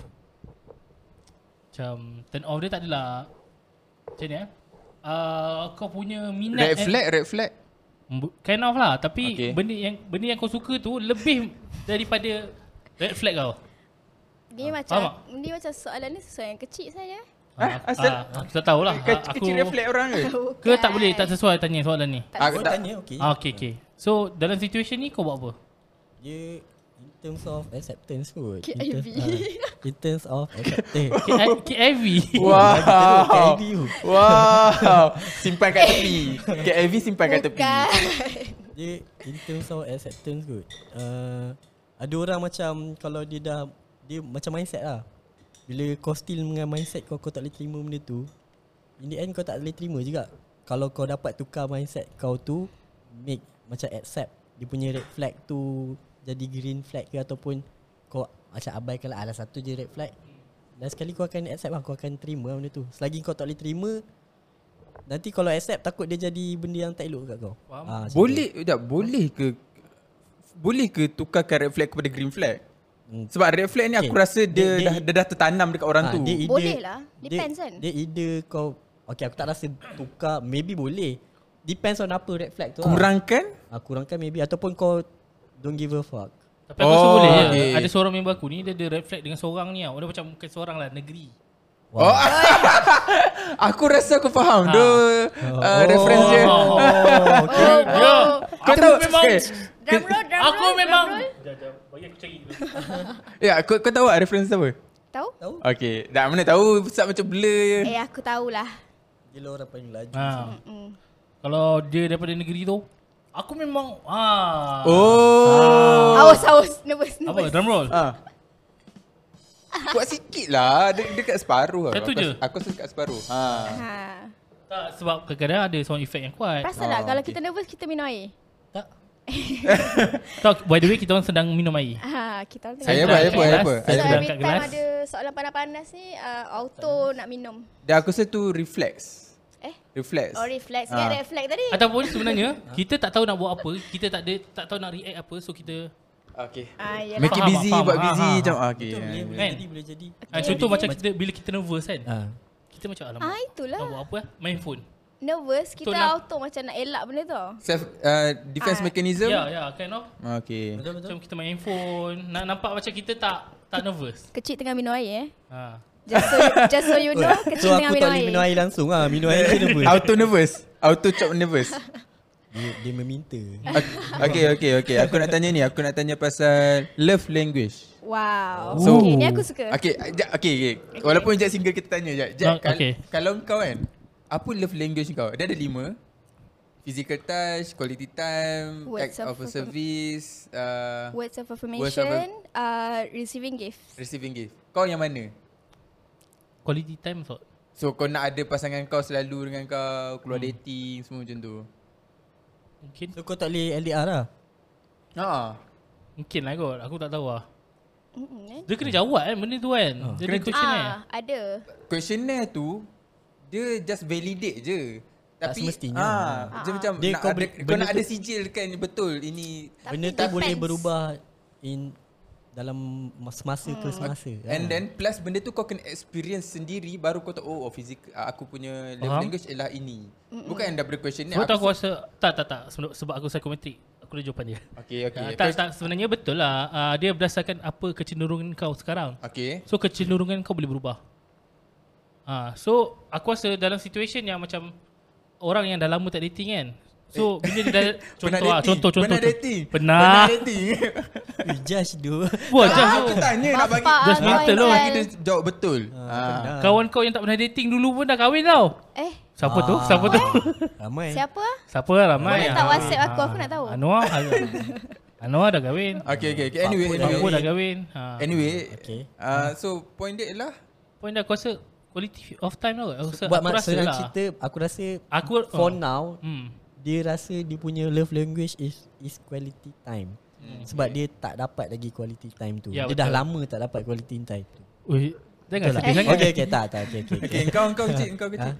[SPEAKER 1] Macam turn off dia tak adalah macam ni eh. Uh, kau punya minat
[SPEAKER 3] Red
[SPEAKER 4] eh.
[SPEAKER 1] and-
[SPEAKER 3] flag, red flag
[SPEAKER 1] Bu- Kind of lah Tapi
[SPEAKER 3] Okay.
[SPEAKER 1] okay. benda yang benda yang kau suka tu Lebih daripada Red flag kau
[SPEAKER 2] Dia macam
[SPEAKER 1] Faham
[SPEAKER 2] dia macam soalan ni sesuatu yang kecil saja.
[SPEAKER 1] Ah,
[SPEAKER 3] Ah, asal-
[SPEAKER 1] ah, Aku tak tahulah
[SPEAKER 3] Ke, Kecil red flag orang ke?
[SPEAKER 1] Ke tak boleh tak sesuai tanya soalan ni
[SPEAKER 3] Aku
[SPEAKER 4] kau
[SPEAKER 3] tak
[SPEAKER 4] tanya okay.
[SPEAKER 1] ah, Okay okay So dalam situation ni kau buat apa?
[SPEAKER 4] Dia in terms of acceptance kot. In
[SPEAKER 2] KIV.
[SPEAKER 4] terms- ah, In terms of acceptance.
[SPEAKER 1] K- KIV
[SPEAKER 3] Wow
[SPEAKER 4] Lagi teruk, KIV.
[SPEAKER 3] Wow Simpan kat tepi KIV simpan kat tepi
[SPEAKER 2] Bukan.
[SPEAKER 4] Dia in terms of acceptance kot uh, Ada orang macam Kalau dia dah Dia macam mindset lah Bila kau still dengan mindset kau Kau tak boleh terima benda tu In the end kau tak boleh terima juga Kalau kau dapat tukar mindset kau tu Make Macam accept Dia punya red flag tu Jadi green flag ke Ataupun Kau macam abaikan lah Alah satu je red flag Dan sekali kau akan accept lah Kau akan terima lah benda tu Selagi kau tak boleh terima Nanti kalau accept Takut dia jadi benda yang tak elok kat kau
[SPEAKER 1] Faham.
[SPEAKER 4] Ah, macam tu.
[SPEAKER 3] Boleh tak, boleh ke Boleh ke tukarkan red flag kepada green flag?
[SPEAKER 4] Hmm.
[SPEAKER 3] Sebab red flag ni aku
[SPEAKER 4] Okay.
[SPEAKER 3] rasa dia,
[SPEAKER 4] Dia-
[SPEAKER 3] dah, dia dah tertanam dekat orang
[SPEAKER 4] Ah,
[SPEAKER 3] tu
[SPEAKER 4] dia either-
[SPEAKER 2] Boleh lah. Depends
[SPEAKER 4] dia,
[SPEAKER 2] kan?
[SPEAKER 4] Dia either kau Okay aku tak rasa tukar Maybe boleh Depends on apa red flag tu lah.
[SPEAKER 3] Kurangkan
[SPEAKER 4] ah, Kurangkan maybe Ataupun kau Don't give a fuck
[SPEAKER 1] Tapi aku rasa
[SPEAKER 3] Oh,
[SPEAKER 1] boleh je.
[SPEAKER 3] okay.
[SPEAKER 1] Ada seorang member aku ni Dia ada red flag dengan seorang ni tau Dia macam bukan seorang lah Negeri
[SPEAKER 3] Oh. aku rasa aku faham ha. uh, reference dia.
[SPEAKER 1] Oh,
[SPEAKER 4] okay.
[SPEAKER 2] Oh,
[SPEAKER 1] Ya
[SPEAKER 2] oh.
[SPEAKER 3] Kau
[SPEAKER 1] Aku
[SPEAKER 3] tahu eh,
[SPEAKER 1] memang
[SPEAKER 3] okay.
[SPEAKER 2] Drum roll, drum roll.
[SPEAKER 1] Aku
[SPEAKER 2] drum
[SPEAKER 1] memang
[SPEAKER 2] roll.
[SPEAKER 1] Jom jom Bagi aku cari dulu
[SPEAKER 3] Ya, kau, kau tahu tak reference apa?
[SPEAKER 2] Tahu?
[SPEAKER 4] Tahu
[SPEAKER 3] Okay, dah mana tahu besar macam blur je.
[SPEAKER 2] Eh aku tahulah.
[SPEAKER 4] Gila orang paling laju
[SPEAKER 1] ah.
[SPEAKER 2] Mm.
[SPEAKER 1] Kalau dia daripada negeri tu Aku memang ah.
[SPEAKER 3] Oh.
[SPEAKER 2] Haus haus nervous
[SPEAKER 1] Apa
[SPEAKER 2] nervous.
[SPEAKER 1] drum roll
[SPEAKER 3] Ha. Kuat sikit lah. Dia, dia kat separuh. lah.
[SPEAKER 1] Satu
[SPEAKER 3] aku,
[SPEAKER 1] je?
[SPEAKER 3] Aku rasa dekat separuh. Ha.
[SPEAKER 2] Ha.
[SPEAKER 1] Tak sebab kadang-kadang ada sound effect yang kuat
[SPEAKER 2] Perasan
[SPEAKER 3] Ah,
[SPEAKER 2] tak kalau
[SPEAKER 3] okey.
[SPEAKER 2] kita nervous kita minum air.
[SPEAKER 1] Tak Tak by the way kita orang sedang minum air
[SPEAKER 2] Ha, kita orang tengah
[SPEAKER 3] Saya
[SPEAKER 1] Saya
[SPEAKER 3] apa, saya
[SPEAKER 1] dah
[SPEAKER 3] apa,
[SPEAKER 1] kat kelas. Saya dah-
[SPEAKER 2] So
[SPEAKER 3] saya apa. Saya apa.
[SPEAKER 2] every
[SPEAKER 1] Berangkat
[SPEAKER 2] time
[SPEAKER 1] kelas.
[SPEAKER 2] ada soalan panas-panas ni uh, auto nak minum.
[SPEAKER 3] Dah aku rasa tu reflex.
[SPEAKER 2] Eh?
[SPEAKER 3] Reflex.
[SPEAKER 2] Oh reflex. Ingat
[SPEAKER 3] Ah.
[SPEAKER 2] red flag tadi.
[SPEAKER 1] Ataupun sebenarnya kita tak tahu nak buat apa Kita tak ada tak tahu nak react apa So kita
[SPEAKER 3] Okay.
[SPEAKER 2] Ah, yalah.
[SPEAKER 3] Make it
[SPEAKER 1] Faham,
[SPEAKER 3] busy,
[SPEAKER 1] faham.
[SPEAKER 3] buat
[SPEAKER 1] Ha,
[SPEAKER 3] busy
[SPEAKER 1] ha, ha.
[SPEAKER 3] macam. ah, Okay.
[SPEAKER 4] Betul boleh, boleh
[SPEAKER 1] Kan?
[SPEAKER 4] jadi Boleh jadi
[SPEAKER 1] ah, Contoh macam kita bila kita nervous kan
[SPEAKER 4] ah.
[SPEAKER 1] Kita macam
[SPEAKER 2] Ah,
[SPEAKER 1] alamak
[SPEAKER 2] itulah.
[SPEAKER 1] Nak buat apa eh? Main phone
[SPEAKER 2] Nervous kita
[SPEAKER 1] Betul lah.
[SPEAKER 2] auto macam nak elak benda tu.
[SPEAKER 3] Self, uh, defense
[SPEAKER 2] Ah.
[SPEAKER 3] mechanism. Ah,
[SPEAKER 1] Ya ya kind of
[SPEAKER 3] Okay.
[SPEAKER 4] Betul betul
[SPEAKER 1] Macam kita main phone Nak nampak macam kita tak Tak nervous.
[SPEAKER 2] Kecil tengah minum air eh.
[SPEAKER 1] Ha.
[SPEAKER 2] Just so, just so you know,
[SPEAKER 4] So
[SPEAKER 2] kecil tengah
[SPEAKER 4] aku
[SPEAKER 2] minum
[SPEAKER 4] tak boleh
[SPEAKER 2] air.
[SPEAKER 4] minum air langsung lah Minum air je nervous
[SPEAKER 3] Auto nervous. Auto chop nervous.
[SPEAKER 4] dia, dia meminta
[SPEAKER 3] Okay, okay, okay. Aku nak tanya ni. Aku nak tanya pasal love language.
[SPEAKER 2] Wow.
[SPEAKER 3] So-
[SPEAKER 2] okay, ni aku suka.
[SPEAKER 3] Okay, jap, okay, okay. Walaupun Jack single kita tanya Jack. Jack,
[SPEAKER 1] Oh,
[SPEAKER 3] kal-
[SPEAKER 1] okay.
[SPEAKER 3] kalau kau kan, apa love language kau? Dia ada lima. Physical touch, quality time,
[SPEAKER 2] Words
[SPEAKER 3] words act
[SPEAKER 2] of
[SPEAKER 3] of, a service, uh,
[SPEAKER 2] Words of
[SPEAKER 3] Words of
[SPEAKER 2] affirmation, uh, receiving gifts.
[SPEAKER 3] receiving gift. Kau yang mana?
[SPEAKER 1] Quality time so.
[SPEAKER 3] So kau nak ada pasangan kau selalu dengan kau, keluar dating, semua macam tu.
[SPEAKER 1] Mungkin
[SPEAKER 4] So kau tak boleh LDR lah
[SPEAKER 3] Haa.
[SPEAKER 1] mungkin lah kot. Aku tak tahu lah.
[SPEAKER 2] Mm-mm, eh.
[SPEAKER 1] Dia kena jawab kan benda tu kan. Jadi
[SPEAKER 3] Kena-
[SPEAKER 1] question eh.
[SPEAKER 2] Ah, ada.
[SPEAKER 3] Questionnaire tu, dia just validate je.
[SPEAKER 4] Tak
[SPEAKER 3] Tapi,
[SPEAKER 4] semestinya.
[SPEAKER 3] Ah, dia macam
[SPEAKER 4] Dia
[SPEAKER 3] nak
[SPEAKER 4] kau
[SPEAKER 3] ada,
[SPEAKER 4] boleh-
[SPEAKER 3] kau
[SPEAKER 4] benda
[SPEAKER 3] nak
[SPEAKER 4] tu-
[SPEAKER 3] ada sijil kan betul ini
[SPEAKER 2] Tapi
[SPEAKER 4] Benda tu
[SPEAKER 2] depends.
[SPEAKER 4] boleh berubah In Dalam semasa
[SPEAKER 2] Hmm.
[SPEAKER 4] ke semasa
[SPEAKER 1] Ya.
[SPEAKER 4] Ah.
[SPEAKER 3] And then plus benda tu kau kena experience sendiri baru kau tahu oh, oh physical aku punya love
[SPEAKER 1] Faham?
[SPEAKER 3] language ialah ini. Bukan daripada question ni.
[SPEAKER 1] Sebab tu aku rasa tak tak tak sebab, sebab aku psychometric. Aku ada jawapan dia.
[SPEAKER 3] Okay, okay.
[SPEAKER 1] Okay, Ah, tak tak sebenarnya betul lah. Uh, dia berdasarkan apa kecenderungan kau sekarang.
[SPEAKER 3] Okay.
[SPEAKER 1] So kecenderungan kau boleh berubah. Ha, so aku rasa dalam situation yang macam orang yang dah lama tak dating kan. So bila dia dah contoh lah, contoh contoh.
[SPEAKER 3] Eh.
[SPEAKER 1] Oh,
[SPEAKER 3] Pernah
[SPEAKER 1] tu.
[SPEAKER 3] dating.
[SPEAKER 1] Pernah.
[SPEAKER 3] Pernah dating.
[SPEAKER 4] You judge tu
[SPEAKER 1] Wah,
[SPEAKER 3] tak,
[SPEAKER 1] just
[SPEAKER 3] Oh, aku tanya nak bagi
[SPEAKER 2] Bapak
[SPEAKER 1] Just
[SPEAKER 2] lah,
[SPEAKER 1] mental
[SPEAKER 2] kau
[SPEAKER 1] lah.
[SPEAKER 2] ingat.
[SPEAKER 3] kita jawab betul.
[SPEAKER 1] Ah,
[SPEAKER 4] pernah.
[SPEAKER 3] Ha.
[SPEAKER 1] kawan kau yang tak pernah dating dulu pun dah kahwin tau.
[SPEAKER 2] Eh,
[SPEAKER 1] Siapa tu?
[SPEAKER 3] Ah.
[SPEAKER 1] Siapa tu?
[SPEAKER 4] Ramai
[SPEAKER 2] siapa?
[SPEAKER 1] Siapa lah ramai.
[SPEAKER 2] Boleh
[SPEAKER 1] ah.
[SPEAKER 2] tak WhatsApp aku? Aku nak tahu.
[SPEAKER 1] Anwar. Anwar dah kahwin.
[SPEAKER 3] Okay, okay, okay. Anyway,
[SPEAKER 4] Bapak
[SPEAKER 1] Aku dah
[SPEAKER 3] anyway.
[SPEAKER 1] kahwin. Ha.
[SPEAKER 3] Anyway,
[SPEAKER 4] Okay.
[SPEAKER 3] uh, so point dia ialah
[SPEAKER 1] Point dah aku rasa quality of time lah. kot. Aku rasa,
[SPEAKER 4] Buat
[SPEAKER 1] aku rasa
[SPEAKER 4] masa
[SPEAKER 1] lah.
[SPEAKER 4] cerita Aku rasa
[SPEAKER 1] Aku
[SPEAKER 4] For
[SPEAKER 1] ah.
[SPEAKER 4] now
[SPEAKER 1] Hmm.
[SPEAKER 4] dia rasa dia punya love language is is quality time. Hmm. Sebab dia tak dapat lagi quality time tu.
[SPEAKER 1] Ya,
[SPEAKER 4] Yeah, dia dah
[SPEAKER 1] betul. Ya,
[SPEAKER 4] lama tak dapat quality time tu.
[SPEAKER 1] Ui, jangan
[SPEAKER 4] Betul lah.
[SPEAKER 1] sedih sangat.
[SPEAKER 4] Okay, okay, tak, tak, okay, okay. okay.
[SPEAKER 3] Okay, kau kau kecil, kau
[SPEAKER 4] Ha?
[SPEAKER 3] kecil.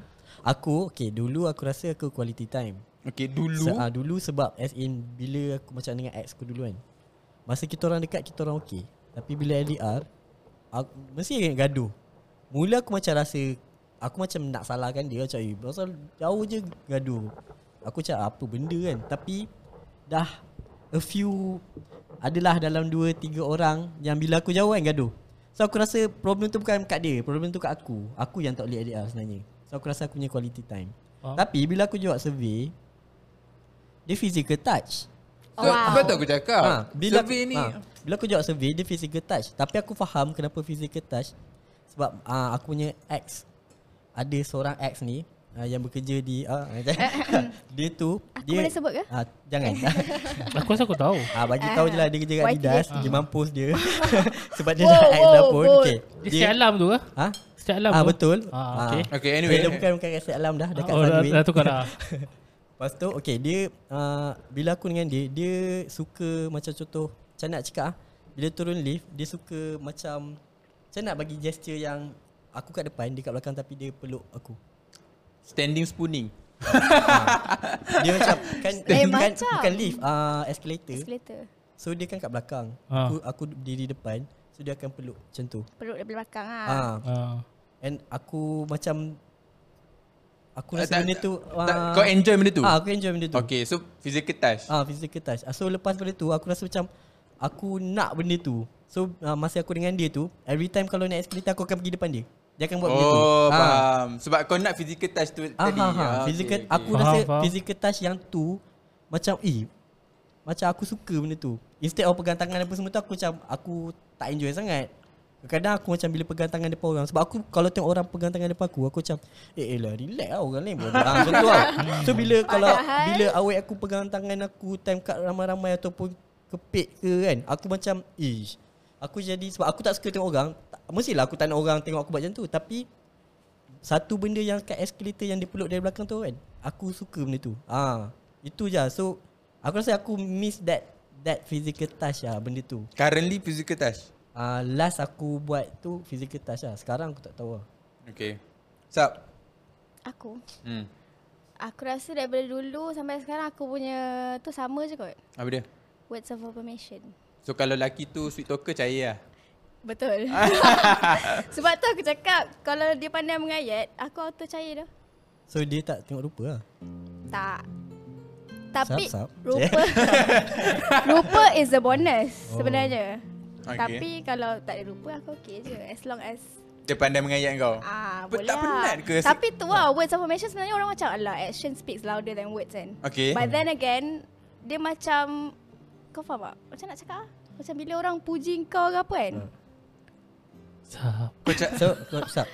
[SPEAKER 4] Aku, okay, dulu aku rasa aku quality time.
[SPEAKER 3] Okay,
[SPEAKER 4] Se-
[SPEAKER 3] dulu
[SPEAKER 4] ah, dulu sebab as in bila aku macam dengan ex aku dulu kan. Masa kita orang dekat, kita orang okay. Tapi bila LDR, aku, mesti ingat gaduh. Mula aku macam rasa, aku macam nak salahkan dia macam, eh, pasal jauh je gaduh. Aku macam apa benda kan. Tapi dah a few, adalah dalam dua tiga orang yang bila aku jauh kan gaduh. So aku rasa problem tu bukan kat dia, problem tu kat aku. Aku yang tak boleh LDR sebenarnya. So aku rasa aku punya quality time.
[SPEAKER 1] Faham.
[SPEAKER 4] Tapi bila aku jawab survey, dia physical touch.
[SPEAKER 3] So,
[SPEAKER 2] Wow.
[SPEAKER 3] Sebab tu aku cakap
[SPEAKER 4] Ha, bila
[SPEAKER 3] Ah, Survey ni
[SPEAKER 4] ha, bila aku jawab survey dia physical touch. Tapi aku faham kenapa physical touch sebab ah aku punya ex ada seorang ex ni ah, yang bekerja di ah, dia tu
[SPEAKER 2] Aku
[SPEAKER 4] dia
[SPEAKER 2] boleh sebut ke?
[SPEAKER 4] Ah, jangan.
[SPEAKER 1] Aku rasa aku tahu.
[SPEAKER 4] ah bagi tahu je lah dia kerja kat
[SPEAKER 2] YTS.
[SPEAKER 4] Adidas, dia mampus dia. sebab dia
[SPEAKER 2] Wow,
[SPEAKER 4] dah ex dah
[SPEAKER 2] wow,
[SPEAKER 4] pun.
[SPEAKER 2] wow.
[SPEAKER 4] Okay.
[SPEAKER 1] Dia setiap alam tu ke?
[SPEAKER 4] Ha?
[SPEAKER 1] Setiap alam
[SPEAKER 4] Ah
[SPEAKER 1] tu?
[SPEAKER 4] betul.
[SPEAKER 1] Ah, okay.
[SPEAKER 4] Ah.
[SPEAKER 3] Okay, anyway.
[SPEAKER 4] Dia bukan bukan kasih alam dah dekat
[SPEAKER 1] oh, dah,
[SPEAKER 4] Sunway.
[SPEAKER 1] dah tukar dah.
[SPEAKER 4] Lepas tu okay dia uh, bila aku dengan dia dia suka macam contoh macam nak cakap ah bila turun lift dia suka macam macam nak bagi gesture yang aku kat depan dia kat belakang tapi dia peluk aku.
[SPEAKER 3] Standing spooning
[SPEAKER 4] Dia macam kan
[SPEAKER 2] Eh,
[SPEAKER 4] bukan,
[SPEAKER 2] macam.
[SPEAKER 4] bukan lift uh, escalator.
[SPEAKER 2] Escalator.
[SPEAKER 4] So dia kan kat belakang.
[SPEAKER 1] Ah.
[SPEAKER 4] Aku aku diri depan so dia akan peluk macam tu.
[SPEAKER 2] Perut dari belakang ah.
[SPEAKER 4] Ah
[SPEAKER 1] Ah.
[SPEAKER 4] and aku macam aku
[SPEAKER 3] Ah,
[SPEAKER 4] rasa
[SPEAKER 3] tak-
[SPEAKER 4] benda tu
[SPEAKER 3] Tak,
[SPEAKER 4] ah,
[SPEAKER 3] Kau enjoy benda tu
[SPEAKER 4] Ah aku enjoy benda tu.
[SPEAKER 3] Okay so physical touch
[SPEAKER 4] Ah physical touch. Ah, So lepas pada tu aku rasa macam aku nak benda tu. So ah, masa aku dengan dia tu, every time kalau naik escalator aku akan pergi depan dia. Dia akan buat benda tu.
[SPEAKER 3] Oh
[SPEAKER 4] Ah.
[SPEAKER 3] faham Sebab kau nak physical touch tu
[SPEAKER 4] Ah,
[SPEAKER 3] tadi
[SPEAKER 4] ha, ha.
[SPEAKER 3] Ah,
[SPEAKER 4] Physical
[SPEAKER 3] okay,
[SPEAKER 4] aku
[SPEAKER 3] okay.
[SPEAKER 1] Faham,
[SPEAKER 4] rasa
[SPEAKER 1] faham.
[SPEAKER 4] physical touch yang tu macam eh macam aku suka benda tu. Instead of pegang tangan apa semua tu aku macam aku tak enjoy sangat. Kadang aku macam bila pegang tangan depan orang Sebab aku kalau tengok orang pegang tangan depan aku Aku macam Eh eh lah relax lah orang lain boleh ha, Macam tu lah So bila kalau
[SPEAKER 2] Padahal-
[SPEAKER 4] Bila awet aku pegang tangan aku Time kat ramai-ramai ataupun Kepit ke kan Aku macam Ish Aku jadi Sebab aku tak suka tengok orang tak, Mestilah aku tak nak orang tengok aku buat macam tu Tapi satu benda yang kat escalator yang dia peluk dari belakang tu kan aku suka benda tu ah itu je so aku rasa aku miss that that physical touch lah benda tu
[SPEAKER 3] Currently physical touch
[SPEAKER 4] ah last aku buat tu physical touch lah sekarang aku tak tahu lah
[SPEAKER 3] Okay Sup
[SPEAKER 2] Aku.
[SPEAKER 3] hmm.
[SPEAKER 2] Aku rasa daripada dulu sampai sekarang aku punya tu sama je kot.
[SPEAKER 3] Apa dia
[SPEAKER 2] Words of affirmation.
[SPEAKER 3] So kalau lelaki tu sweet talker cair lah
[SPEAKER 2] Betul. Sebab tu aku cakap kalau dia pandai mengayat, aku auto cair dah.
[SPEAKER 4] so dia tak tengok rupa lah
[SPEAKER 2] Tak. Tapi
[SPEAKER 4] Sap, sap.
[SPEAKER 2] rupa rupa is a bonus sebenarnya.
[SPEAKER 3] Oh. Okay.
[SPEAKER 2] Okay. Tapi kalau tak ada rupa aku okey je as long as
[SPEAKER 3] Dia pandai mengayat kau.
[SPEAKER 2] ah
[SPEAKER 3] Pe-
[SPEAKER 2] boleh.
[SPEAKER 3] tak
[SPEAKER 2] lah.
[SPEAKER 3] penat ke? Ah. Se-
[SPEAKER 2] Tapi tu lah words of affirmation sebenarnya orang macam Allah action speaks louder than words kan.
[SPEAKER 3] Okay.
[SPEAKER 2] But then again dia macam kau faham tak? Macam nak cakap ah? Macam bila orang puji kau ke apa
[SPEAKER 4] Ah.
[SPEAKER 2] kan?
[SPEAKER 1] Sab.
[SPEAKER 3] Kau cak,
[SPEAKER 4] So, kau sap.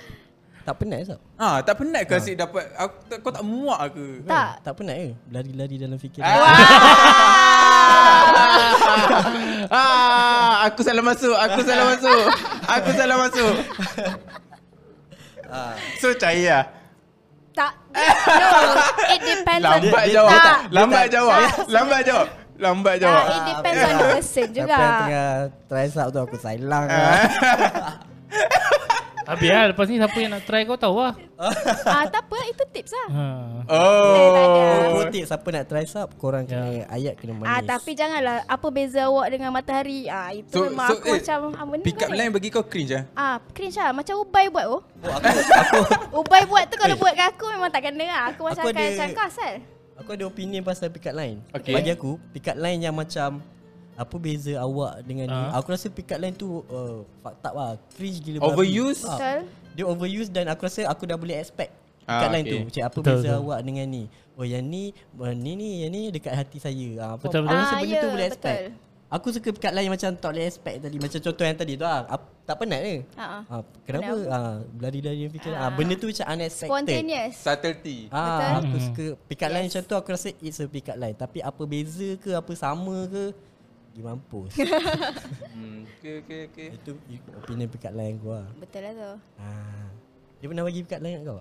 [SPEAKER 4] Tak penat sap.
[SPEAKER 3] ah, tak penat
[SPEAKER 4] Ha.
[SPEAKER 3] ke asyik dapat aku, tak- kau tak muak ke?
[SPEAKER 2] Tak.
[SPEAKER 4] Tak penat ke? Lari-lari dalam fikiran.
[SPEAKER 3] Ah. ah, aku salah masuk, aku salah masuk. Aku salah masuk. So ah? cahaya.
[SPEAKER 2] Tak. No. It depends on
[SPEAKER 3] Lambat
[SPEAKER 4] dia-
[SPEAKER 3] jawab.
[SPEAKER 2] tak,
[SPEAKER 3] Tak,
[SPEAKER 2] dia
[SPEAKER 3] lambat
[SPEAKER 4] tak-
[SPEAKER 3] jawab. Lambat jawab. Lambat jawab.
[SPEAKER 2] it depends on the person juga. Ah.
[SPEAKER 4] Apa yang tengah try sap tu aku sailang lah.
[SPEAKER 1] Habis lah lepas ni siapa yang nak try kau tahu lah.
[SPEAKER 2] Ah tak apa itu tips lah.
[SPEAKER 1] Ha.
[SPEAKER 3] Oh.
[SPEAKER 4] Kutip siapa nak try sub Korang kena Ayat kena manis
[SPEAKER 2] Ah tapi janganlah apa beza awak dengan matahari. Ah itu
[SPEAKER 3] So-
[SPEAKER 2] memang
[SPEAKER 3] so,
[SPEAKER 2] aku
[SPEAKER 3] eh,
[SPEAKER 2] macam ah, benda
[SPEAKER 3] Pick up
[SPEAKER 2] kau ni.
[SPEAKER 3] line bagi kau cringe ah.
[SPEAKER 2] Ah cringe lah macam Ubay buat oh.
[SPEAKER 4] oh, aku, aku,
[SPEAKER 2] Ubay buat tu kalau
[SPEAKER 4] Eh.
[SPEAKER 2] buat kat aku memang tak kena lah. Aku macam
[SPEAKER 4] Aku
[SPEAKER 2] akan kan?
[SPEAKER 4] ada- Ah.
[SPEAKER 2] macam kau asal.
[SPEAKER 4] aku ada opinion pasal pick up line
[SPEAKER 3] Okay.
[SPEAKER 4] Bagi aku Pick up line yang macam Apa beza awak dengan ni
[SPEAKER 1] Ah.
[SPEAKER 4] Aku rasa pick up line tu uh, Fucked up lah Cringe gila
[SPEAKER 3] Overuse?
[SPEAKER 4] babi.
[SPEAKER 2] Betul.
[SPEAKER 4] Dia overuse dan aku rasa Aku dah boleh expect Pick
[SPEAKER 3] Ah,
[SPEAKER 4] up line
[SPEAKER 3] okay.
[SPEAKER 4] tu Macam apa
[SPEAKER 1] Betul,
[SPEAKER 4] beza
[SPEAKER 1] betul.
[SPEAKER 4] awak dengan ni Oh yang ni uh, Ni ni yang ni dekat hati saya ah, apa,
[SPEAKER 1] Betul,
[SPEAKER 4] Aku
[SPEAKER 1] betul.
[SPEAKER 4] rasa
[SPEAKER 2] Ah,
[SPEAKER 4] benda
[SPEAKER 2] ya,
[SPEAKER 4] tu boleh expect
[SPEAKER 2] betul.
[SPEAKER 4] Aku suka pick up line yang macam Tak boleh expect tadi Macam contoh yang tadi tu lah Ap- Tak penat ke
[SPEAKER 2] Ha ah.
[SPEAKER 4] Ah, kenapa ah, lari-lari yang fikir ah. benda tu macam unexpected.
[SPEAKER 2] Spontaneous.
[SPEAKER 3] Subtlety.
[SPEAKER 4] Ah,
[SPEAKER 2] Betul.
[SPEAKER 4] aku suka pick up line macam tu aku rasa it's a pick up line tapi apa beza ke apa sama ke pergi mampus.
[SPEAKER 3] Hmm. Okay, okay, okay.
[SPEAKER 4] Itu opinion pick up line gua.
[SPEAKER 2] Betul lah tu.
[SPEAKER 4] Ah. Dia pernah bagi pick up line kat kau?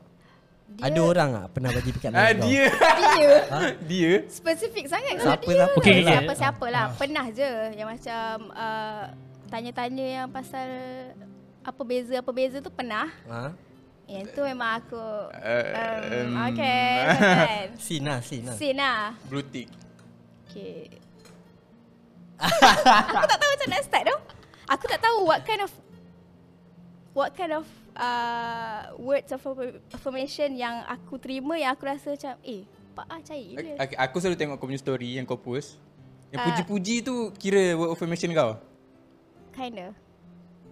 [SPEAKER 2] Dia-
[SPEAKER 4] Ada orang ah pernah bagi pick up line
[SPEAKER 3] Ah,
[SPEAKER 4] kat kau?
[SPEAKER 3] dia.
[SPEAKER 2] Dia
[SPEAKER 3] Ha? Dia.
[SPEAKER 2] spesifik sangat kalau
[SPEAKER 4] Siapa-
[SPEAKER 2] dia.
[SPEAKER 4] siapa
[SPEAKER 1] Okay, okay.
[SPEAKER 2] Siapa-siapa lah. Pernah je yang macam ah, tanya-tanya yang pasal apa beza apa beza tu pernah.
[SPEAKER 4] Ah.
[SPEAKER 2] Yang tu memang aku um,
[SPEAKER 3] um,
[SPEAKER 2] Okay kan
[SPEAKER 4] Sin lah, sin lah.
[SPEAKER 2] Sin lah
[SPEAKER 3] Blue tick.
[SPEAKER 2] Okay Aku tak tahu macam nak start tau Aku tak tahu what kind of What kind of uh, Words of affirm- affirmation yang aku terima Yang aku rasa macam Eh Pak Ah cair gila
[SPEAKER 3] Okay, aku selalu tengok kau punya story yang kau post. Yang puji-puji tu kira word of affirmation kau.
[SPEAKER 2] Kinda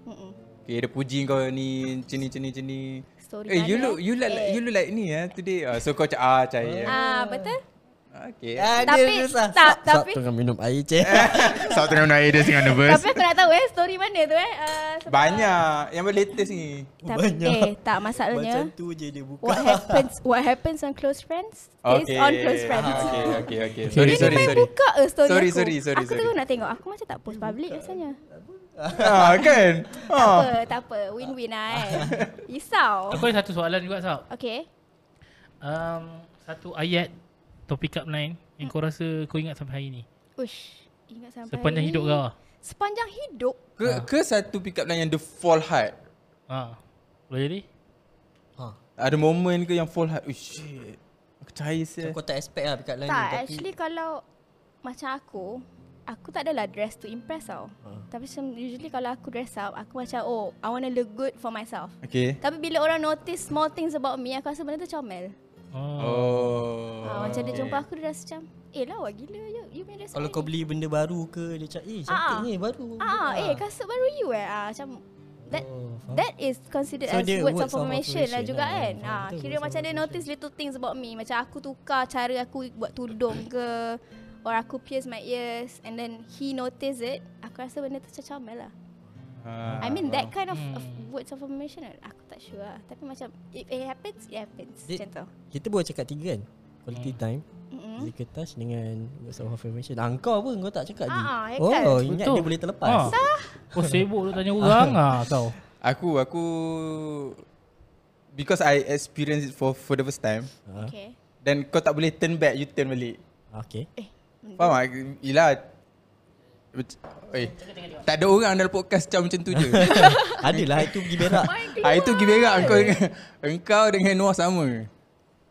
[SPEAKER 2] Mm-mm.
[SPEAKER 3] Okay, dia puji kau ni, cini cini cini.
[SPEAKER 2] Story
[SPEAKER 3] Eh, you
[SPEAKER 2] mana,
[SPEAKER 3] look you look like you look like ni ah today. Ah, so kau cak ah cahaya.
[SPEAKER 2] Ah betul
[SPEAKER 3] Okay.
[SPEAKER 4] Ah, dia
[SPEAKER 2] Tapi-
[SPEAKER 4] susah.
[SPEAKER 2] tak,
[SPEAKER 4] Sap- sap
[SPEAKER 2] tapi-
[SPEAKER 4] tengah minum air je.
[SPEAKER 3] Eh, Satu dengan air dia sangat nervous.
[SPEAKER 2] Tapi aku nak tahu eh Story mana tu eh uh, sebab-
[SPEAKER 3] Banyak yang latest ni.
[SPEAKER 2] Tapi, Eh tak
[SPEAKER 4] Macam
[SPEAKER 2] masalahnya
[SPEAKER 4] tu je dia buka.
[SPEAKER 2] What happens What happens on close friends Stays
[SPEAKER 3] Okay.
[SPEAKER 2] on close friends
[SPEAKER 3] Ah, Okay, okay, okay.
[SPEAKER 1] Okay.
[SPEAKER 3] Sorry,
[SPEAKER 2] Dia
[SPEAKER 3] sorry,
[SPEAKER 2] ni
[SPEAKER 3] sorry.
[SPEAKER 2] main buka eh story
[SPEAKER 3] Sorry,
[SPEAKER 2] aku.
[SPEAKER 3] sorry, sorry,
[SPEAKER 2] Aku terus
[SPEAKER 3] sorry.
[SPEAKER 2] nak tengok. Aku macam tak post public rasanya.
[SPEAKER 3] Ah, kan? Ah.
[SPEAKER 2] Apa, tak apa. Win-win lah eh. Risau.
[SPEAKER 1] Aku ada satu soalan juga Sab.
[SPEAKER 2] Okay.
[SPEAKER 1] Um, satu ayat atau pick up line yang kau rasa kau ingat sampai hari ni.
[SPEAKER 2] Ush. Ingat sampai
[SPEAKER 1] Sepanjang
[SPEAKER 2] hari
[SPEAKER 1] hidup
[SPEAKER 2] ni.
[SPEAKER 1] kau.
[SPEAKER 2] Sepanjang hidup?
[SPEAKER 3] Ke ke satu pick up line yang the fall hard.
[SPEAKER 1] Ha. Boleh jadi?
[SPEAKER 4] Ha.
[SPEAKER 3] Ada moment ke yang fall hard? Oh shit. Aku cahaya
[SPEAKER 4] Macam
[SPEAKER 3] sel.
[SPEAKER 4] Kau tak expect lah pick up line
[SPEAKER 2] tak,
[SPEAKER 4] ni, tapi
[SPEAKER 2] actually kalau macam aku, aku tak adalah dress to impress tau.
[SPEAKER 4] Ah.
[SPEAKER 2] Tapi sem- usually kalau aku dress up, aku macam oh, I want to look good for myself.
[SPEAKER 3] Okay.
[SPEAKER 2] Tapi bila orang notice small things about me, aku rasa benda tu comel.
[SPEAKER 1] Oh.
[SPEAKER 3] Oh.
[SPEAKER 2] Oh, macam dia jumpa aku, dia rasa macam, eh lah awak gila you, you main dress up
[SPEAKER 4] Kalau
[SPEAKER 2] ni."
[SPEAKER 4] kau beli benda baru ke Dia cakap eh cantik
[SPEAKER 2] Ah.
[SPEAKER 4] ni baru
[SPEAKER 2] Ah, eh kasut baru you eh. Ah, macam that
[SPEAKER 4] Oh, faham.
[SPEAKER 2] that is considered
[SPEAKER 4] So,
[SPEAKER 2] as words
[SPEAKER 4] dia words
[SPEAKER 2] of
[SPEAKER 4] of
[SPEAKER 2] affirmation lah
[SPEAKER 4] affirmation
[SPEAKER 2] juga
[SPEAKER 4] lah.
[SPEAKER 2] kan.
[SPEAKER 4] Faham
[SPEAKER 2] Ah,
[SPEAKER 4] betul,
[SPEAKER 2] kira
[SPEAKER 4] words of
[SPEAKER 2] macam dia notice little things about me. Macam aku tukar cara aku buat tudung ke or aku pierce my ears and then he notice it. Aku rasa benda tu macam comel lah.
[SPEAKER 3] Ah.
[SPEAKER 2] I mean
[SPEAKER 4] Ah,
[SPEAKER 2] that kind of,
[SPEAKER 4] hmm.
[SPEAKER 2] of words of affirmation lah. aku tak sure lah. Tapi macam if it happens, it happens.
[SPEAKER 4] Did-
[SPEAKER 2] macam tu.
[SPEAKER 4] Kita boleh cakap tiga kan Quality time
[SPEAKER 2] Mm-mm.
[SPEAKER 4] Physical touch dengan Words of affirmation ah, Kau pun kau tak cakap
[SPEAKER 2] Ah, ya
[SPEAKER 4] ni
[SPEAKER 2] kan?
[SPEAKER 4] Oh ingat
[SPEAKER 1] Betul.
[SPEAKER 4] dia boleh terlepas
[SPEAKER 1] Ha. Kau sibuk tu tanya orang ah kau.
[SPEAKER 3] Aku aku because I experience it for for the first time.
[SPEAKER 4] Ah.
[SPEAKER 2] Okay.
[SPEAKER 3] Then kau tak boleh turn back, you turn balik.
[SPEAKER 4] Okay
[SPEAKER 2] Eh,
[SPEAKER 3] Faham tak? Yelah. Bec- Eh, tak ada orang dalam podcast macam macam tu je. Ha,
[SPEAKER 4] Adalah itu pergi berak
[SPEAKER 3] Hari tu pergi berak kau dengan, engkau dengan Noah sama.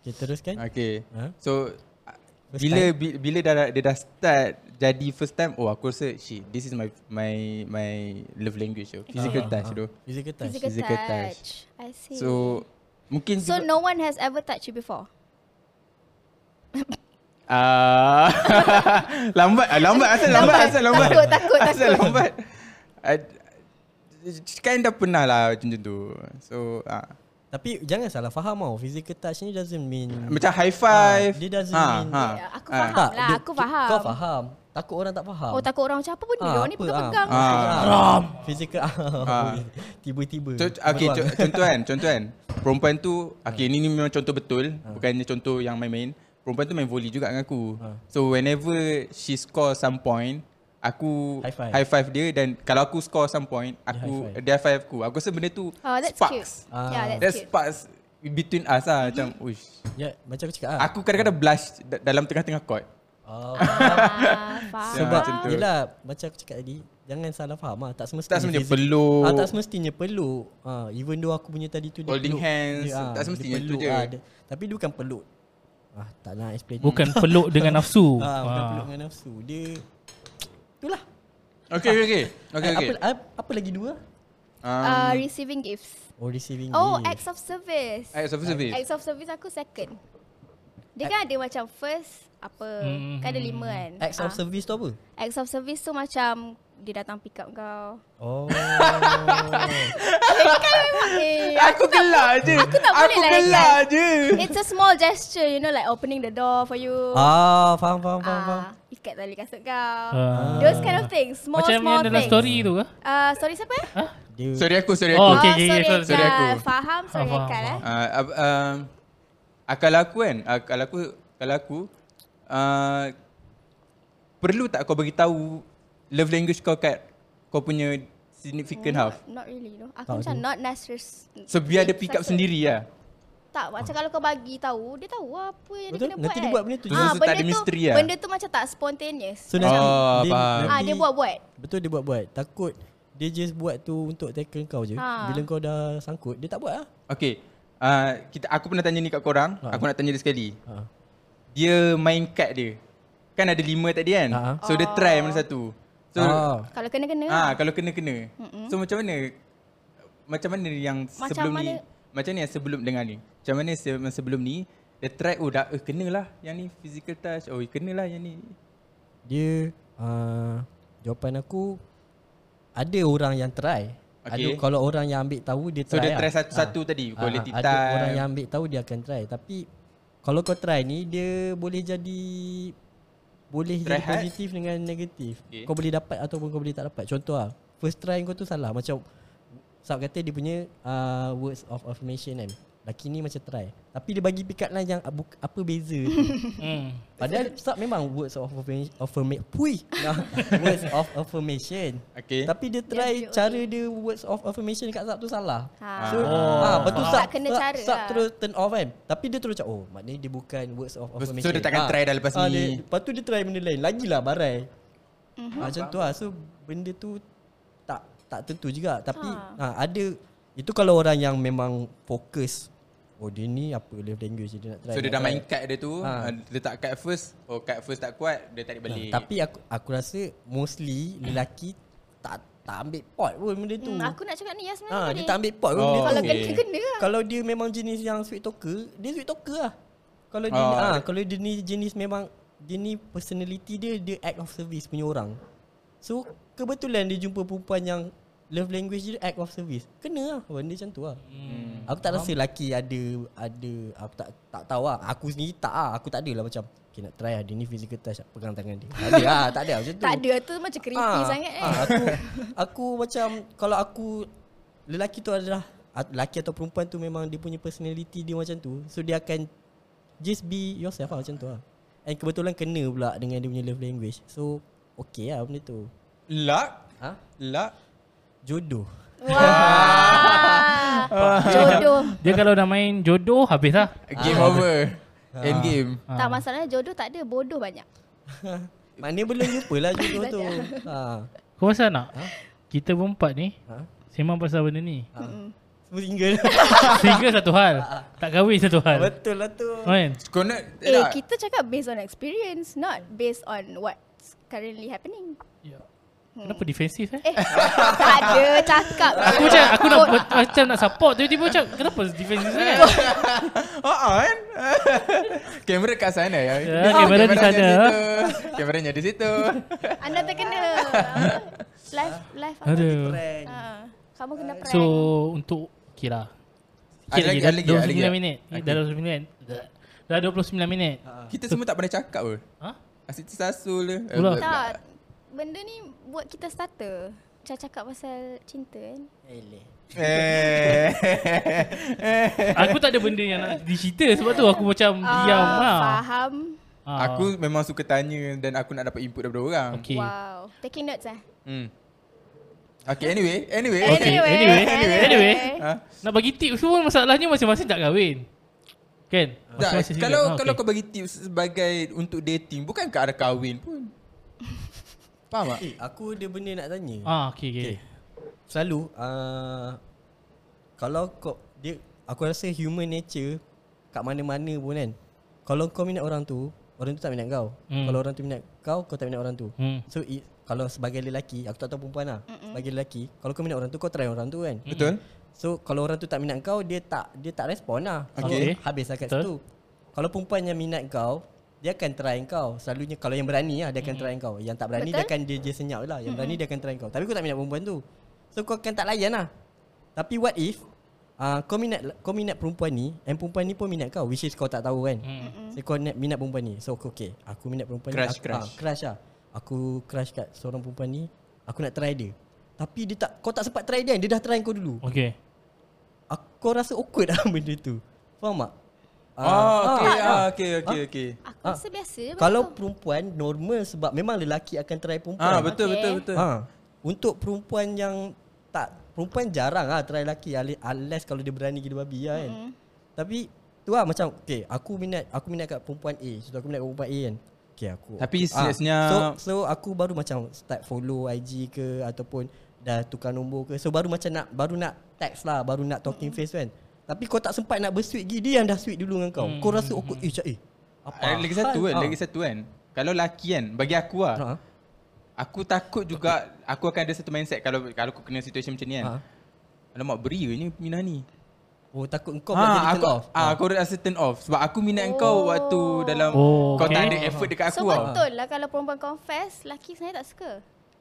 [SPEAKER 4] Okay teruskan
[SPEAKER 3] Okay.
[SPEAKER 4] Ha?
[SPEAKER 3] So a-
[SPEAKER 4] First
[SPEAKER 3] bila bi- bila dah dia dah start jadi first time, oh aku rasa shit, this is my my my love language tu.
[SPEAKER 4] Ah.
[SPEAKER 3] Physical touch tu.
[SPEAKER 4] Physical touch
[SPEAKER 2] Physical,
[SPEAKER 3] Physical touch.
[SPEAKER 2] touch. I see.
[SPEAKER 3] So mungkin
[SPEAKER 2] so no one has ever touched you before.
[SPEAKER 3] Ah, lambat, ah, lambat asal lambat asal lambat.
[SPEAKER 2] Takut, takut,
[SPEAKER 3] Asal
[SPEAKER 2] takut.
[SPEAKER 3] lambat. I, kan dah pernah lah macam tu. So ah.
[SPEAKER 4] Tapi jangan salah faham tau Physical touch ni doesn't mean
[SPEAKER 3] macam high five. Ha,
[SPEAKER 4] Ah, dia doesn't mean-
[SPEAKER 2] Ya,
[SPEAKER 3] Ah.
[SPEAKER 2] aku faham. lah, aku faham.
[SPEAKER 4] Ah. Kau faham Takut orang tak faham
[SPEAKER 2] Oh takut orang macam apa benda
[SPEAKER 4] Ah,
[SPEAKER 2] Orang ni
[SPEAKER 4] apa,
[SPEAKER 2] pegang-pegang
[SPEAKER 4] ah.
[SPEAKER 3] Ah.
[SPEAKER 4] Haram Physical
[SPEAKER 3] Ah.
[SPEAKER 4] Tiba-tiba
[SPEAKER 3] Co- okay, co- contoh kan, contoh kan. Perempuan tu,
[SPEAKER 4] Ah.
[SPEAKER 3] okay ni, ni memang contoh betul. Bukannya contoh yang main-main. Perempuan tu main volley juga dengan aku.
[SPEAKER 4] Ah.
[SPEAKER 3] So whenever she score some point, aku
[SPEAKER 4] High five.
[SPEAKER 3] high five dia dan kalau aku score some point, aku
[SPEAKER 4] high five.
[SPEAKER 3] dia high five aku. Aku rasa benda tu
[SPEAKER 2] Oh that's cute
[SPEAKER 3] sparks.
[SPEAKER 4] Ah.
[SPEAKER 2] Yeah that's, cute Mm-hmm.
[SPEAKER 3] That sparks between us lah macam uish.
[SPEAKER 4] Ya, macam aku cakap lah
[SPEAKER 3] Aku kadang-kadang blush da- dalam tengah-tengah court.
[SPEAKER 4] Oh,
[SPEAKER 2] ah, faham.
[SPEAKER 3] Ya,
[SPEAKER 4] Sebab
[SPEAKER 3] macam tu.
[SPEAKER 4] Yelah Macam aku cakap tadi Jangan salah faham lah Tak semestinya
[SPEAKER 3] Tak semestinya
[SPEAKER 4] physical-
[SPEAKER 3] peluk.
[SPEAKER 1] Oh.
[SPEAKER 4] ah, Tak semestinya peluk ah, Even though aku punya tadi tu dia
[SPEAKER 3] Holding
[SPEAKER 4] peluk.
[SPEAKER 3] hands.
[SPEAKER 4] ah,
[SPEAKER 3] Tak semestinya tu
[SPEAKER 4] peluk,
[SPEAKER 3] je.
[SPEAKER 4] ah, dia- Tapi dia bukan peluk ah, Tak nak explain
[SPEAKER 1] Bukan peluk dengan nafsu.
[SPEAKER 4] ah, Bukan
[SPEAKER 1] Ah.
[SPEAKER 4] peluk dengan nafsu Dia Itulah
[SPEAKER 3] Okay, okay, okay. Okay,
[SPEAKER 4] Eh,
[SPEAKER 3] okay.
[SPEAKER 4] Apa, apa, apa lagi dua?
[SPEAKER 2] uh,
[SPEAKER 3] Um,
[SPEAKER 2] Receiving gifts
[SPEAKER 4] Oh receiving
[SPEAKER 2] Oh
[SPEAKER 4] gift.
[SPEAKER 2] acts of service
[SPEAKER 3] acts of service.
[SPEAKER 2] Acts of service aku second Dia kan ada macam first Apa
[SPEAKER 1] Hmm.
[SPEAKER 2] Kan ada lima kan
[SPEAKER 4] Acts of
[SPEAKER 2] Ah.
[SPEAKER 4] service tu apa?
[SPEAKER 2] Acts of service tu macam Dia datang pick up kau
[SPEAKER 4] Oh
[SPEAKER 2] Eh,
[SPEAKER 3] Aku gelak je.
[SPEAKER 2] aku tak boleh
[SPEAKER 3] Aku
[SPEAKER 2] lah,
[SPEAKER 3] gelak
[SPEAKER 2] kan?
[SPEAKER 3] je.
[SPEAKER 2] It's a small gesture You know like opening the door for you
[SPEAKER 4] Ah faham faham faham, faham.
[SPEAKER 2] Ah, Ikat tali kasut kau
[SPEAKER 1] Ah.
[SPEAKER 2] Those kind of things Small
[SPEAKER 1] Macam
[SPEAKER 2] small
[SPEAKER 1] yang dalam
[SPEAKER 2] things
[SPEAKER 1] story tu ke?
[SPEAKER 2] Ah, Sorry siapa? Ah,
[SPEAKER 4] Dia
[SPEAKER 3] Sorry aku, sorry
[SPEAKER 1] Oh,
[SPEAKER 3] aku.
[SPEAKER 1] okay, okay,
[SPEAKER 2] sorry,
[SPEAKER 1] okay, sorry,
[SPEAKER 3] sorry
[SPEAKER 2] Haikal.
[SPEAKER 3] aku.
[SPEAKER 2] Faham, sorry
[SPEAKER 1] Ah, faham,
[SPEAKER 2] Haikal eh.
[SPEAKER 3] Uh, um, ah, kalau aku kan, ah, kalau aku kalau aku uh, perlu tak kau bagi tahu love language kau kat kau punya significant half.
[SPEAKER 2] Not, not really no.
[SPEAKER 4] Oh,
[SPEAKER 2] Aku macam not necessary.
[SPEAKER 3] So biar dia pick up sendiri lah.
[SPEAKER 2] Tak, macam kalau kau bagi tahu, dia tahu apa yang
[SPEAKER 4] Betul,
[SPEAKER 2] dia kena buat.
[SPEAKER 4] nanti dia
[SPEAKER 2] kan.
[SPEAKER 4] buat benda tu je.
[SPEAKER 2] Ah,
[SPEAKER 3] So, tak ada misteri lah.
[SPEAKER 2] Benda tu macam tak spontaneous.
[SPEAKER 4] So nanti
[SPEAKER 3] Oh,
[SPEAKER 4] dia,
[SPEAKER 3] faham.
[SPEAKER 2] ah, dia buat-buat.
[SPEAKER 4] Betul dia buat-buat Takut Dia just buat tu Untuk tackle kau je
[SPEAKER 2] Ha.
[SPEAKER 4] Bila kau dah sangkut Dia tak buat lah
[SPEAKER 3] Okay. Uh, kita aku pernah tanya ni kat korang,
[SPEAKER 4] Ha.
[SPEAKER 3] aku nak tanya dia sekali.
[SPEAKER 4] ha.
[SPEAKER 3] Dia main kad dia. Kan ada lima tadi kan?
[SPEAKER 4] Ha.
[SPEAKER 3] So dia try mana satu. So
[SPEAKER 4] Ah.
[SPEAKER 2] Kalau kena-kena. Hmm,
[SPEAKER 3] Ah, kalau kena kena. Mm-mm. So macam mana macam mana yang
[SPEAKER 2] Macam
[SPEAKER 3] sebelum ni?
[SPEAKER 2] mana-
[SPEAKER 3] Macam mana yang sebelum dengan ni? Macam mana se- yang sebelum ni dia try oh dah eh, kenalah yang ni physical touch. Oh, kenalah yang ni.
[SPEAKER 4] Dia uh, Jawapan aku Ada orang yang try
[SPEAKER 3] Okay.
[SPEAKER 4] Ada kalau orang yang ambil tahu Dia
[SPEAKER 3] So
[SPEAKER 4] try
[SPEAKER 3] dia try
[SPEAKER 4] lah.
[SPEAKER 3] satu-satu tadi,
[SPEAKER 4] Ah,
[SPEAKER 3] quality
[SPEAKER 4] ah, Ada
[SPEAKER 3] time.
[SPEAKER 4] orang yang ambil tahu Dia akan try Tapi Kalau kau try ni Dia boleh jadi Boleh
[SPEAKER 3] Try
[SPEAKER 4] jadi
[SPEAKER 3] hard.
[SPEAKER 4] positif Dengan negatif
[SPEAKER 3] Okay.
[SPEAKER 4] Kau boleh dapat Ataupun kau boleh tak dapat Contoh lah First try kau tu salah Macam Sab kata dia punya uh, Words of affirmation kan Laki ni macam try Tapi dia bagi pick up line yang ah, buk- Apa beza tu
[SPEAKER 1] Hmm.
[SPEAKER 4] Padahal Ustaz memang words of affirmation Pui Nah, Words of affirmation
[SPEAKER 3] Okay.
[SPEAKER 4] Tapi dia try
[SPEAKER 2] POD.
[SPEAKER 4] cara dia words of affirmation dekat Ustaz tu salah
[SPEAKER 2] Ha.
[SPEAKER 4] So
[SPEAKER 3] Oh.
[SPEAKER 4] ah, Lepas tu
[SPEAKER 2] Ustaz
[SPEAKER 4] Ustaz
[SPEAKER 2] kena
[SPEAKER 4] Ustaz-
[SPEAKER 2] cara
[SPEAKER 4] Ustaz
[SPEAKER 2] lah.
[SPEAKER 4] terus turn off kan Tapi dia terus macam Oh maknanya dia bukan words of affirmation
[SPEAKER 3] dia takkan try dah lepas
[SPEAKER 4] Ah,
[SPEAKER 3] ni.
[SPEAKER 4] dia, Lepas tu dia try benda lain Lagilah barai
[SPEAKER 2] Mhm.
[SPEAKER 4] Ah, Macam tu lah So benda tu Tak tak tentu juga Tapi ha. ada Itu kalau orang yang memang fokus Oh dia ni apa love language dia nak try
[SPEAKER 3] So dia
[SPEAKER 4] nak
[SPEAKER 3] dah
[SPEAKER 4] try.
[SPEAKER 3] main kad dia tu,
[SPEAKER 4] Ha.
[SPEAKER 3] ha. letak kad first. Oh, kad first tak kuat, dia tarik balik.
[SPEAKER 4] Ha, tapi aku aku rasa mostly lelaki tak tak ambil pot pun benda tu.
[SPEAKER 2] Hmm, aku nak cakap ni ya sebenarnya
[SPEAKER 4] ha,
[SPEAKER 2] ha,
[SPEAKER 4] dia tak ambil pot pun
[SPEAKER 3] Oh,
[SPEAKER 4] benda
[SPEAKER 2] Kalau
[SPEAKER 4] tu.
[SPEAKER 3] okay.
[SPEAKER 2] kena-kena lah.
[SPEAKER 4] Kalau dia memang jenis yang sweet talker, dia sweet talker lah. Kalau dia
[SPEAKER 3] Oh.
[SPEAKER 4] ah ha, kalau dia ni jenis memang dia ni personality dia dia act of service punya orang. So kebetulan dia jumpa perempuan yang love language dia act of service. Kena lah benda macam tu lah. Hmm. Aku tak rasa lelaki ada ada aku tak tak tahu lah. Aku sendiri tak lah. Aku tak adalah macam okay, nak try lah dia ni physical touch nak pegang tangan dia. Tak ada lah, tak ada lah macam tu.
[SPEAKER 2] Tak ada tu macam creepy
[SPEAKER 4] Ah,
[SPEAKER 2] sangat eh.
[SPEAKER 4] ah, aku aku macam kalau aku lelaki tu adalah at- lelaki atau perempuan tu memang dia punya personality dia macam tu. So dia akan just be yourself lah macam tu lah. And kebetulan kena pula dengan dia punya love language. So okay lah benda tu.
[SPEAKER 3] luck,
[SPEAKER 4] Ha?
[SPEAKER 3] luck.
[SPEAKER 4] Jodoh.
[SPEAKER 3] Ah.
[SPEAKER 2] Wah. Ah. jodoh.
[SPEAKER 1] Dia kalau dah main jodoh habis lah.
[SPEAKER 4] Ah.
[SPEAKER 3] Game over. End game.
[SPEAKER 2] Tak masalahnya jodoh tak ada, bodoh banyak.
[SPEAKER 4] Maknanya belum jumpa lah jodoh tu. ha.
[SPEAKER 1] Kau rasa nak? Kita berempat ni
[SPEAKER 4] Ha?
[SPEAKER 1] Sembang pasal benda ni
[SPEAKER 3] Ah.
[SPEAKER 4] Semua single.
[SPEAKER 1] Single satu hal Tak kahwin satu hal
[SPEAKER 4] Betul lah tu.
[SPEAKER 1] Kan?
[SPEAKER 3] Kau nak
[SPEAKER 2] Eh,
[SPEAKER 3] tak?
[SPEAKER 2] kita cakap based on experience, not based on what's currently happening.
[SPEAKER 1] Kenapa defensif eh?
[SPEAKER 2] Eh, tak ada cakap.
[SPEAKER 1] Aku macam aku nak macam nak support tiba-tiba macam kenapa defensif sangat?
[SPEAKER 3] Ah, ah, kan? Kamera kat sana ya.
[SPEAKER 1] Ya, kamera di
[SPEAKER 3] Kameranya
[SPEAKER 1] sana.
[SPEAKER 3] situ. Kameranya di situ.
[SPEAKER 2] Anda terkena. Live live apa?
[SPEAKER 1] Aduh.
[SPEAKER 5] Prank.
[SPEAKER 2] Ah, kamu kena prank.
[SPEAKER 1] So untuk lah. kira.
[SPEAKER 3] Ada lagi, ada lagi, ada lagi.
[SPEAKER 1] 29 minit. Dah 29 minit. Dah 29 minit.
[SPEAKER 3] Kita semua tak pernah cakap pun.
[SPEAKER 1] Ha?
[SPEAKER 3] Asyik tersasul je. Eh,
[SPEAKER 1] Ulah.
[SPEAKER 3] budak-
[SPEAKER 2] tak benda ni buat kita starter. Macam cakap pasal cinta kan.
[SPEAKER 4] Eleh.
[SPEAKER 3] Eh.
[SPEAKER 1] Aku tak ada benda yang nak dicerita sebab tu aku macam diam
[SPEAKER 2] Ah,
[SPEAKER 1] lah.
[SPEAKER 2] Faham.
[SPEAKER 1] Ah.
[SPEAKER 3] Aku memang suka tanya dan aku nak dapat input daripada orang.
[SPEAKER 1] Okay.
[SPEAKER 2] Wow. Taking notes eh.
[SPEAKER 3] Hmm. Okay, anyway, anyway.
[SPEAKER 1] Okay, anyway, anyway.
[SPEAKER 3] Ha?
[SPEAKER 1] Nak bagi tips semua masalahnya masing-masing tak kahwin. Kan?
[SPEAKER 3] Tak,
[SPEAKER 1] Masing-masing
[SPEAKER 3] kalau
[SPEAKER 1] single. Ah,
[SPEAKER 3] kalau
[SPEAKER 1] okay.
[SPEAKER 3] kau bagi tips sebagai untuk dating, bukan ke arah kahwin pun. Faham tak?
[SPEAKER 4] Eh, aku ada benda nak tanya.
[SPEAKER 1] Ah, okay, okay.
[SPEAKER 4] Okay. Selalu uh, kalau kau dia aku rasa human nature kat mana-mana pun kan. Kalau kau minat orang tu, orang tu tak minat kau.
[SPEAKER 1] Hmm.
[SPEAKER 4] Hmm. Kalau orang tu minat kau, kau tak minat orang tu.
[SPEAKER 1] Hmm.
[SPEAKER 4] So it, kalau sebagai lelaki, aku tak tahu perempuan lah. Mm-mm. Sebagai lelaki, kalau kau minat orang tu, kau try orang tu kan.
[SPEAKER 3] Betul?
[SPEAKER 4] So kalau orang tu tak minat kau, dia tak dia tak respon lah. So,
[SPEAKER 1] Okay.
[SPEAKER 4] habis lah kat
[SPEAKER 1] Betul.
[SPEAKER 4] situ. Kalau perempuan yang minat kau, dia akan try kau. Selalunya kalau yang berani lah, dia akan try kau. Yang tak berani, dia
[SPEAKER 2] Betul.
[SPEAKER 4] akan dia, dia senyap je lah. Yang berani, dia akan try kau. Tapi kau tak minat perempuan tu. So kau akan tak layan lah. Tapi what if uh, kau minat kau minat perempuan ni and perempuan ni pun minat kau which is kau tak tahu kan. So kau minat, minat perempuan ni. So aku okay, aku minat perempuan
[SPEAKER 3] Crush,
[SPEAKER 4] ni. Aku,
[SPEAKER 3] crush.
[SPEAKER 4] ah, crush lah. Aku crush kat seorang perempuan ni. Aku nak try dia. Tapi dia tak kau tak sempat try dia, kan? dia dah try kau dulu.
[SPEAKER 1] Okay.
[SPEAKER 4] Aku kau rasa awkward lah benda tu Faham tak?
[SPEAKER 3] Ah, oh, okay,
[SPEAKER 4] ah.
[SPEAKER 3] ah, okay, okay, okay.
[SPEAKER 2] Aku
[SPEAKER 4] Ah.
[SPEAKER 2] rasa biasa je
[SPEAKER 4] Kalau
[SPEAKER 2] benda tu.
[SPEAKER 4] perempuan normal sebab memang lelaki akan try perempuan
[SPEAKER 3] Ah, betul, betul,
[SPEAKER 2] Okay.
[SPEAKER 3] betul.
[SPEAKER 4] Ah. Untuk perempuan yang tak Perempuan jarang lah try lelaki ali- Unless kalau dia berani gila babi lah kan mm-hmm. Tapi tu lah macam Okay aku minat Aku minat kat perempuan A Contoh aku minat kat perempuan A kan Okay aku
[SPEAKER 3] Tapi
[SPEAKER 4] ah,
[SPEAKER 3] senyap-senyap.
[SPEAKER 4] so, so aku baru macam start follow IG ke Ataupun dah tukar nombor ke So baru macam nak Baru nak text lah Baru nak talking face kan Tapi kau tak sempat nak bersweet gigi Dia yang dah sweet dulu dengan kau Kau rasa awkward Eh macam eh apa
[SPEAKER 3] Ah, Lagi satu
[SPEAKER 4] hal?
[SPEAKER 3] kan,
[SPEAKER 4] Ah.
[SPEAKER 3] lagi satu kan. Kalau laki kan, bagi aku lah.
[SPEAKER 4] Ah.
[SPEAKER 3] Aku takut juga aku akan ada satu mindset kalau kalau aku kena situasi macam ni kan.
[SPEAKER 4] Ah.
[SPEAKER 3] Alamak beria ni minah ni.
[SPEAKER 4] Oh takut kau pula
[SPEAKER 3] Ha,
[SPEAKER 4] jadi
[SPEAKER 3] aku,
[SPEAKER 4] turn off
[SPEAKER 3] Ah, kau rasa turn off sebab aku minat oh. kau waktu dalam
[SPEAKER 1] Oh,
[SPEAKER 3] oh, kau
[SPEAKER 1] okay.
[SPEAKER 3] tak ada effort dekat
[SPEAKER 2] So
[SPEAKER 3] aku tau.
[SPEAKER 2] betul lah kalau perempuan confess, laki sebenarnya tak suka.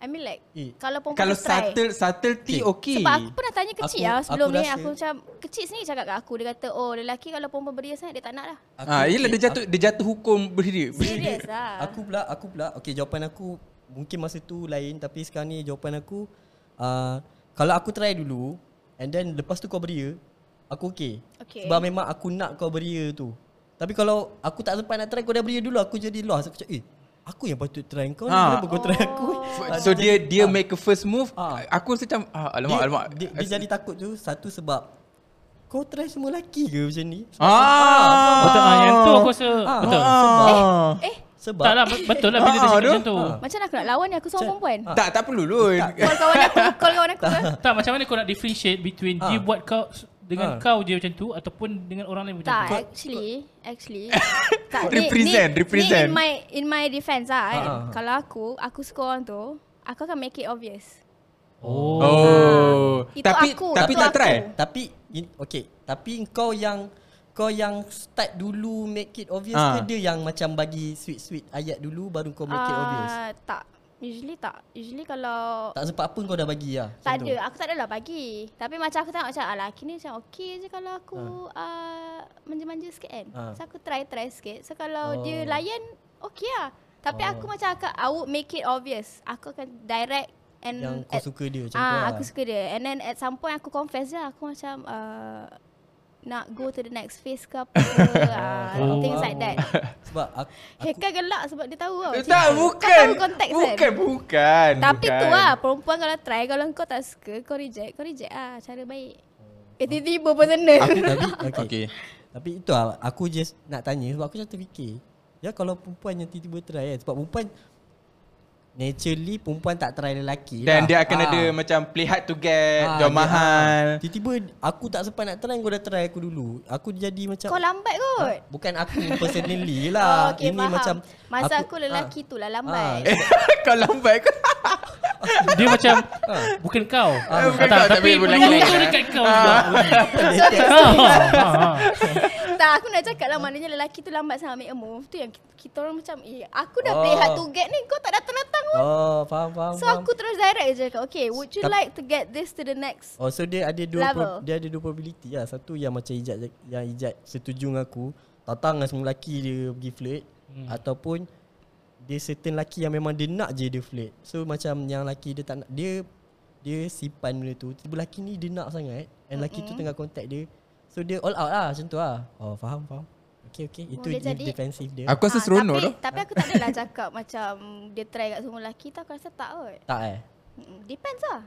[SPEAKER 2] I mean like
[SPEAKER 4] Eh,
[SPEAKER 2] kalau perempuan
[SPEAKER 3] Kalau
[SPEAKER 2] try.
[SPEAKER 3] subtle subtlety okey.
[SPEAKER 2] Sebab aku pernah tanya kecil
[SPEAKER 4] Aku-
[SPEAKER 2] lah sebelum
[SPEAKER 4] aku
[SPEAKER 2] ni
[SPEAKER 4] rasa-
[SPEAKER 2] aku macam kecil sendiri cakap kat aku dia kata oh lelaki kalau perempuan beria sangat dia tak nak lah.
[SPEAKER 4] Aku-
[SPEAKER 3] Ah, yelah dia jatuh dia jatuh hukum berdiri.
[SPEAKER 2] Serius lah.
[SPEAKER 4] Aku pula, aku pula. Okey, jawapan aku mungkin masa tu lain tapi sekarang ni jawapan aku uh, kalau aku try dulu and then lepas tu kau beria, aku okey.
[SPEAKER 2] Okey.
[SPEAKER 4] Sebab memang aku nak kau beria tu. Tapi kalau aku tak sempat nak try kau dah beria dulu, aku jadi lost. Aku cakap, "Eh, aku yang patut try kau ni.
[SPEAKER 3] Ah.
[SPEAKER 4] Kenapa kau try aku?"
[SPEAKER 3] So dia dia make a first move.
[SPEAKER 4] Ah.
[SPEAKER 3] Aku rasa macam ah, alamak
[SPEAKER 4] dia,
[SPEAKER 3] alamak.
[SPEAKER 4] Dia, dia jadi takut tu satu sebab kau try semua lelaki ke macam ni?
[SPEAKER 3] ah.
[SPEAKER 1] Betul, ah, yang tu aku rasa
[SPEAKER 4] Ah.
[SPEAKER 1] betul.
[SPEAKER 3] Ah.
[SPEAKER 2] Eh
[SPEAKER 4] Sebab
[SPEAKER 1] Tak lah, bet- betul lah bila dia
[SPEAKER 3] Ah,
[SPEAKER 1] cakap macam
[SPEAKER 3] aduh.
[SPEAKER 1] tu.
[SPEAKER 2] macam mana aku nak lawan ni aku seorang perempuan.
[SPEAKER 4] Ah.
[SPEAKER 3] Tak tak perlu dulu.
[SPEAKER 2] Call kawan aku, call kawan aku. eh.
[SPEAKER 1] Tak, macam mana kau nak differentiate between dia
[SPEAKER 4] Ah.
[SPEAKER 1] buat kau dengan
[SPEAKER 4] Ah.
[SPEAKER 1] kau je macam tu ataupun dengan orang lain macam
[SPEAKER 2] Tak,
[SPEAKER 1] tu.
[SPEAKER 2] actually, actually. tak,
[SPEAKER 3] Represent,
[SPEAKER 2] ni,
[SPEAKER 3] represent.
[SPEAKER 2] Ni in my in my defense lah. eh.
[SPEAKER 4] Ah.
[SPEAKER 2] Kalau aku, aku suka orang tu, aku akan make it obvious.
[SPEAKER 1] Oh.
[SPEAKER 3] Oh.
[SPEAKER 2] Itu
[SPEAKER 3] Tapi
[SPEAKER 2] aku,
[SPEAKER 3] tapi
[SPEAKER 2] itu
[SPEAKER 3] tak
[SPEAKER 2] aku.
[SPEAKER 3] try.
[SPEAKER 4] Tapi in, okay, tapi kau yang kau yang start dulu make it obvious
[SPEAKER 3] Ah.
[SPEAKER 4] ha. ke dia yang macam bagi sweet-sweet ayat dulu baru kau Oh, make it
[SPEAKER 2] Ah,
[SPEAKER 4] obvious?
[SPEAKER 2] Tak. Usually tak. Usually kalau
[SPEAKER 4] Tak sempat apa kau dah bagi lah.
[SPEAKER 2] tak
[SPEAKER 4] macam tu.
[SPEAKER 2] ada, aku tak adalah bagi. Tapi macam aku tengok macam alah kini macam okey je kalau aku uh, manja-manja sikit kan.
[SPEAKER 4] Ah.
[SPEAKER 2] So aku try-try sikit. So kalau
[SPEAKER 4] Oh.
[SPEAKER 2] dia layan okey lah. Tapi aku macam akan I would make it obvious. Aku akan direct and
[SPEAKER 4] Yang kau
[SPEAKER 2] at-
[SPEAKER 4] suka dia macam
[SPEAKER 2] Ah,
[SPEAKER 4] tu lah.
[SPEAKER 2] aku suka dia. And then at some point aku confess je lah. aku macam uh, nak go to the next phase ke apa ah,
[SPEAKER 1] Oh.
[SPEAKER 2] things like that.
[SPEAKER 4] Sebab aku, aku
[SPEAKER 2] Hekal gelak sebab dia tahu tau.
[SPEAKER 3] Eh,
[SPEAKER 2] macam
[SPEAKER 3] Tak
[SPEAKER 2] tu.
[SPEAKER 3] bukan.
[SPEAKER 2] Kau Oh, tahu konteks kan?
[SPEAKER 3] Bukan bukan.
[SPEAKER 2] Tapi
[SPEAKER 3] bukan.
[SPEAKER 2] tu lah perempuan kalau try kalau kau tak suka kau reject, kau reject ah cara baik. Eh tiba-tiba personal.
[SPEAKER 4] aku tapi okay.
[SPEAKER 3] Okay.
[SPEAKER 4] Tapi itu lah aku just nak tanya sebab aku macam terfikir. Ya kalau perempuan yang tiba-tiba try kan sebab perempuan naturally perempuan tak try lelaki
[SPEAKER 3] Dan
[SPEAKER 4] lah.
[SPEAKER 3] dia akan
[SPEAKER 4] Ah.
[SPEAKER 3] ada macam play hard to get,
[SPEAKER 4] Ah,
[SPEAKER 3] jual
[SPEAKER 4] dia-
[SPEAKER 3] mahal.
[SPEAKER 4] ah. Tiba-tiba aku tak sempat nak try kau dah try aku dulu. Aku jadi macam
[SPEAKER 2] kau lambat kot. Oh,
[SPEAKER 4] Bukan aku personally lah.
[SPEAKER 2] okay,
[SPEAKER 4] Ini
[SPEAKER 2] faham.
[SPEAKER 4] macam ah.
[SPEAKER 2] Masa aku, lelaki tu lah lambat.
[SPEAKER 3] Eh, kau lambat kau.
[SPEAKER 1] Dia macam bukan kau. Ah,
[SPEAKER 3] bukan
[SPEAKER 1] tak,
[SPEAKER 3] kau, tapi
[SPEAKER 1] tapi
[SPEAKER 3] lah. bukan
[SPEAKER 1] menurut
[SPEAKER 3] lain.
[SPEAKER 1] tu dekat kau juga.
[SPEAKER 4] Ah,
[SPEAKER 1] Ah, ah, ah.
[SPEAKER 2] tak tak aku nak cakap lah Maknanya lelaki tu lambat sangat make a move Tu yang kita, kita orang macam Eh aku dah play
[SPEAKER 4] Oh.
[SPEAKER 2] hard to get ni Kau tak datang-datang pun
[SPEAKER 4] Oh, faham, faham.
[SPEAKER 2] So
[SPEAKER 4] faham.
[SPEAKER 2] aku terus direct je cakap Okay would you
[SPEAKER 4] Tapi-
[SPEAKER 2] like to get this to the next
[SPEAKER 4] Oh, so dia ada dua
[SPEAKER 2] Level.
[SPEAKER 4] pro, dia ada dua probability lah. Satu yang macam ijat yang ijat setuju dengan aku, datang dengan semua lelaki dia pergi flirt hmm. ataupun dia certain lelaki yang memang dia nak je dia flirt. So macam yang lelaki dia tak nak dia dia simpan benda tu. Tiba lelaki ni dia nak sangat and lelaki tu tengah contact dia. So dia all out lah macam tu lah. Oh, faham, faham. Okay, okay. Itu
[SPEAKER 2] dia
[SPEAKER 4] dia
[SPEAKER 2] jadi-
[SPEAKER 4] defensive dia.
[SPEAKER 3] Aku rasa
[SPEAKER 2] Ah,
[SPEAKER 3] seronok
[SPEAKER 2] tapi,
[SPEAKER 3] tu.
[SPEAKER 2] Tapi aku tak adalah cakap macam Dia try kat semua lelaki tu Aku rasa tak kot
[SPEAKER 4] Tak eh?
[SPEAKER 2] Mm-mm, Depends lah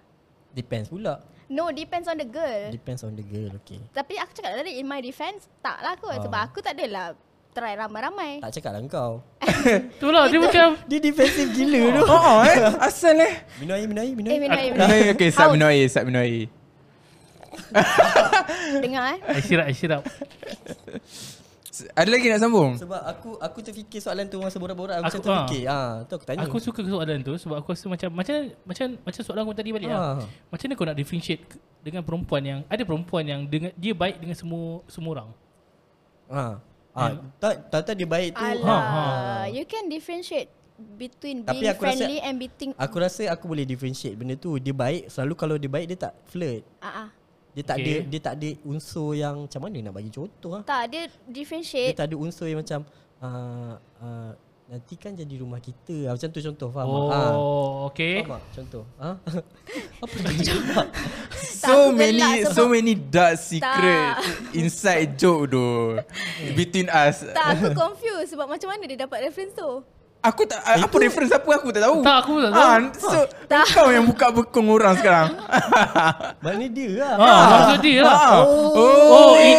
[SPEAKER 4] Depends pula.
[SPEAKER 2] No depends on the girl
[SPEAKER 4] Depends on the girl, okay.
[SPEAKER 2] Tapi aku cakap tadi In my defense Tak lah kot
[SPEAKER 4] Ah.
[SPEAKER 2] Sebab aku tak adalah Try ramai-ramai
[SPEAKER 4] Tak cakap lah kau.
[SPEAKER 1] Itulah dia macam
[SPEAKER 4] Dia defensive gila tu.
[SPEAKER 3] Oh eh, asal eh.
[SPEAKER 4] Minum air, minum air, minum
[SPEAKER 2] Eh
[SPEAKER 4] air.
[SPEAKER 2] minum air minum air.
[SPEAKER 3] Minoi, okay, sat
[SPEAKER 2] Haus.
[SPEAKER 3] minum air, sat minum air.
[SPEAKER 2] Dengar eh
[SPEAKER 1] I syirap, I syirap
[SPEAKER 3] S- Ada lagi nak sambung?
[SPEAKER 4] Sebab aku aku terfikir soalan tu masa borak-borak aku,
[SPEAKER 1] Aku-
[SPEAKER 4] macam terfikir. Ah, ha, tu aku tanya.
[SPEAKER 1] Aku suka soalan tu sebab aku rasa macam macam macam macam soalan aku tadi balik lah.
[SPEAKER 4] Ah.
[SPEAKER 1] Macam mana kau nak differentiate ke- dengan perempuan yang ada perempuan yang dengan dia baik dengan semua semua orang.
[SPEAKER 4] ha.
[SPEAKER 1] Eh.
[SPEAKER 4] Ah, tak tak tak dia baik tu. Ah,
[SPEAKER 2] Alah
[SPEAKER 1] Ha,
[SPEAKER 2] You can differentiate Between
[SPEAKER 4] Tapi
[SPEAKER 2] being
[SPEAKER 4] aku rasa-
[SPEAKER 2] friendly And between
[SPEAKER 4] Aku rasa aku boleh differentiate benda tu. Dia baik, selalu kalau dia baik dia tak flirt.
[SPEAKER 2] Ah, ah.
[SPEAKER 4] Dia tak
[SPEAKER 1] Okay.
[SPEAKER 4] okay. ada dia tak ada unsur yang macam mana nak bagi contoh ah.
[SPEAKER 2] Tak dia
[SPEAKER 4] Dia
[SPEAKER 2] differentiate
[SPEAKER 4] tak ada unsur yang macam ah, ah, nanti kan jadi rumah kita. Ah, macam tu contoh faham.
[SPEAKER 1] Oh,
[SPEAKER 4] tak? Ah.
[SPEAKER 1] okay.
[SPEAKER 4] Faham tak contoh? Ha? Apa dia?
[SPEAKER 2] aku
[SPEAKER 3] So
[SPEAKER 2] gelak
[SPEAKER 3] many
[SPEAKER 2] sebab-
[SPEAKER 3] so many dark secret inside joke tu between us.
[SPEAKER 2] Tak aku confused Sebab macam mana dia dapat reference tu
[SPEAKER 3] Aku tak a- apa reference apa aku tak tahu.
[SPEAKER 1] Tak, aku tak tahu.
[SPEAKER 3] Ah, so kau yang buka bekong orang sekarang.
[SPEAKER 4] Maknanya dia lah.
[SPEAKER 1] Ha, maksud dia lah.
[SPEAKER 3] Ah.
[SPEAKER 1] Oh, it,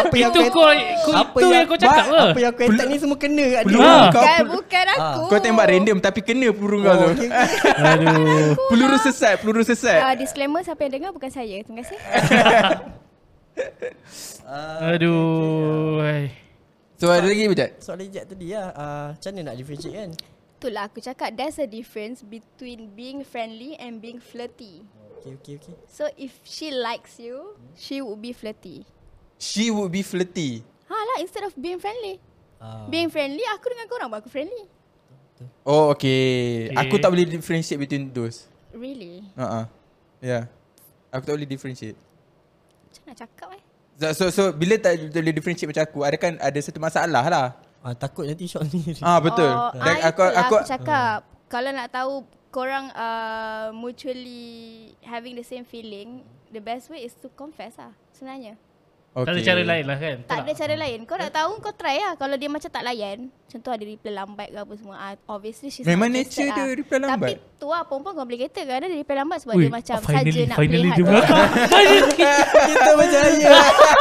[SPEAKER 4] Apa yang
[SPEAKER 1] itu
[SPEAKER 4] kau-
[SPEAKER 1] kau, kau
[SPEAKER 4] apa
[SPEAKER 1] itu yang,
[SPEAKER 4] yang
[SPEAKER 1] kau cakap lah.
[SPEAKER 3] ba-
[SPEAKER 1] ke?
[SPEAKER 4] Apa yang aku attack ni semua kena kat dia.
[SPEAKER 3] Peluru
[SPEAKER 1] Ah.
[SPEAKER 3] kau
[SPEAKER 2] Bukan,
[SPEAKER 3] pel-
[SPEAKER 2] bukan aku
[SPEAKER 3] kau tembak random tapi kena peluru kau
[SPEAKER 4] Oh,
[SPEAKER 3] tu.
[SPEAKER 4] okay, okay.
[SPEAKER 1] Aduh.
[SPEAKER 3] Peluru sesat, peluru
[SPEAKER 2] uh,
[SPEAKER 3] sesat.
[SPEAKER 2] Disclaimer siapa yang dengar bukan saya Terima kasih
[SPEAKER 1] Aduh. ai.
[SPEAKER 3] So ada lagi Bidat?
[SPEAKER 4] Soalan ejak tadi lah uh, Macam mana nak differentiate kan
[SPEAKER 2] Itulah aku cakap There's a difference Between being friendly And being flirty
[SPEAKER 4] Okay okay okay
[SPEAKER 2] So if she likes you She would be flirty
[SPEAKER 3] She would be flirty.
[SPEAKER 2] Ha lah instead of being friendly
[SPEAKER 1] Ah.
[SPEAKER 4] uh,
[SPEAKER 2] Being friendly Aku dengan korang buat aku friendly
[SPEAKER 3] Oh okay.
[SPEAKER 1] Okay.
[SPEAKER 3] Aku tak boleh differentiate between those.
[SPEAKER 2] Really
[SPEAKER 3] Uh-uh. Yeah. Aku tak boleh differentiate.
[SPEAKER 2] Macam nak cakap eh
[SPEAKER 3] So, so, so bila tak tak boleh differentiate macam aku, ada kan ada satu masalah lah.
[SPEAKER 4] ah, Takut nanti shot ni
[SPEAKER 3] Ah betul.
[SPEAKER 2] Oh,
[SPEAKER 3] Dan
[SPEAKER 2] ah, aku, aku, aku cakap Kalau nak tahu Korang uh, mutually Having the same feeling The best way is to confess lah Sebenarnya
[SPEAKER 1] Tak ada cara lain lah kan?
[SPEAKER 2] Tak ada cara lain Kau nak tahu Kau try lah Kalau dia macam tak layan Contoh ada reply lambat ke apa semua ah, Obviously she's
[SPEAKER 3] Memang
[SPEAKER 2] not interested
[SPEAKER 3] nature dia reply lambat.
[SPEAKER 2] Tapi tu lah Perempuan complicated Kadang dia reply lambat Sebab
[SPEAKER 1] Ui, oh,
[SPEAKER 2] dia macam Saja
[SPEAKER 1] finally,
[SPEAKER 2] nak play
[SPEAKER 1] finally
[SPEAKER 2] hard
[SPEAKER 1] dia mengatakan.
[SPEAKER 4] Kita berjaya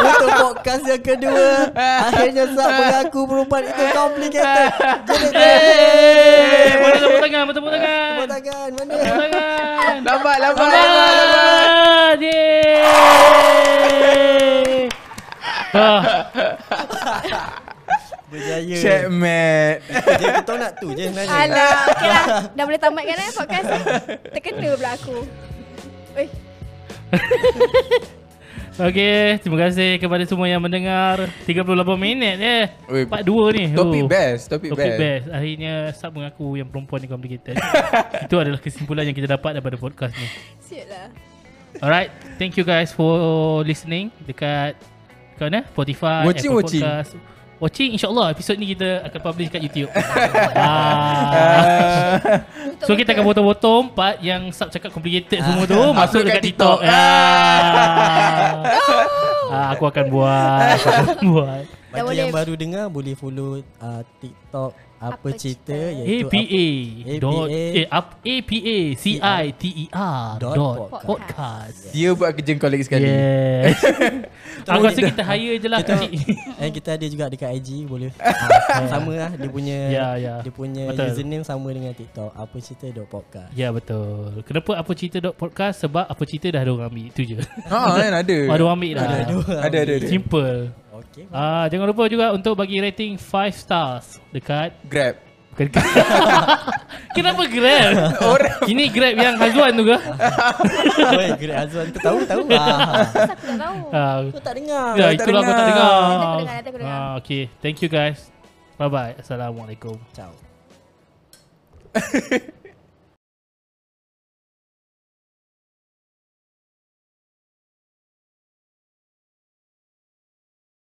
[SPEAKER 4] Untuk podcast yang kedua Akhirnya sah mengaku perempuan itu complicated Jadi
[SPEAKER 1] Yeay! Boleh tepuk tangan, boleh tepuk tangan.
[SPEAKER 4] Tepuk tangan mana
[SPEAKER 1] Tepuk tangan.
[SPEAKER 3] Lambat, lambat, lambat, lambat.
[SPEAKER 1] Selamat! Yeay! Ah,
[SPEAKER 4] Berjaya
[SPEAKER 3] Checkmate.
[SPEAKER 4] Jadi kita nak tu je sebenarnya
[SPEAKER 2] Alah Okay lah Dah boleh tamatkan lah podcast ni Terkena pula aku Oi,
[SPEAKER 1] okay, terima kasih kepada semua yang mendengar 38 minit je
[SPEAKER 3] Oi,
[SPEAKER 1] Part 2 ni
[SPEAKER 3] Topik
[SPEAKER 1] Oh.
[SPEAKER 3] best, topik
[SPEAKER 1] Topik
[SPEAKER 3] best.
[SPEAKER 1] best Akhirnya Sab mengaku yang perempuan ni complicated Itu adalah kesimpulan yang kita dapat daripada podcast ni
[SPEAKER 2] siut lah
[SPEAKER 1] Alright, thank you guys for listening dekat kat mana? Spotify,
[SPEAKER 3] Watching,
[SPEAKER 1] Apple
[SPEAKER 3] watching.
[SPEAKER 1] Podcast. Watching insyaAllah episod ni kita akan publish kat YouTube. ah. So kita akan potong-potong part yang sub cakap complicated semua tu masuk
[SPEAKER 3] Upload kat
[SPEAKER 1] dekat TikTok.
[SPEAKER 3] TikTok.
[SPEAKER 1] Ah. ah. aku akan buat, aku akan buat.
[SPEAKER 2] Dah
[SPEAKER 4] Bagi
[SPEAKER 2] boleh.
[SPEAKER 4] yang baru dengar Boleh follow ah, TikTok Apa
[SPEAKER 2] Apa
[SPEAKER 4] cerita
[SPEAKER 2] cerita?
[SPEAKER 4] Iaitu
[SPEAKER 1] APA
[SPEAKER 4] Eh, apa-
[SPEAKER 1] dot
[SPEAKER 4] APA.
[SPEAKER 1] eh, up- APA C I T E R
[SPEAKER 4] Dot
[SPEAKER 1] dot
[SPEAKER 2] podcast.
[SPEAKER 1] podcast.
[SPEAKER 3] Dia buat kerja kau lagi sekali.
[SPEAKER 1] Yes. aku rasa kita hire je lah kecil.
[SPEAKER 4] Dan Eh, kita ada juga dekat IG boleh ah, sama lah dia punya
[SPEAKER 1] Ya, ya.
[SPEAKER 4] dia punya
[SPEAKER 1] Betul.
[SPEAKER 4] username sama dengan TikTok apa cerita dot podcast.
[SPEAKER 1] Ya betul. Kenapa apa cerita dot podcast? Sebab apa cerita dah ada orang ambil itu je.
[SPEAKER 3] Ha, kan ada.
[SPEAKER 1] Ada orang ambil dah.
[SPEAKER 3] Ada, ada, ada.
[SPEAKER 1] Simple.
[SPEAKER 4] Okey.
[SPEAKER 1] Ah jangan lupa juga untuk bagi rating 5 stars dekat
[SPEAKER 3] Grab.
[SPEAKER 1] Bukan Kenapa Grab?
[SPEAKER 3] Orang
[SPEAKER 1] Ini Grab yang Hazwan tu ke?
[SPEAKER 4] Oi, Greg Azwan tu tahu tahu lah.
[SPEAKER 2] Asal aku tak tahu.
[SPEAKER 1] Ah,
[SPEAKER 4] Kau tak dengar.
[SPEAKER 1] ya,
[SPEAKER 3] tak
[SPEAKER 1] itulah aku tak dengar.
[SPEAKER 2] Nanti aku dengar, nanti
[SPEAKER 3] dengar.
[SPEAKER 2] aku dengar.
[SPEAKER 1] Ah, okay, thank you guys. Bye-bye. Assalamualaikum.
[SPEAKER 4] Ciao.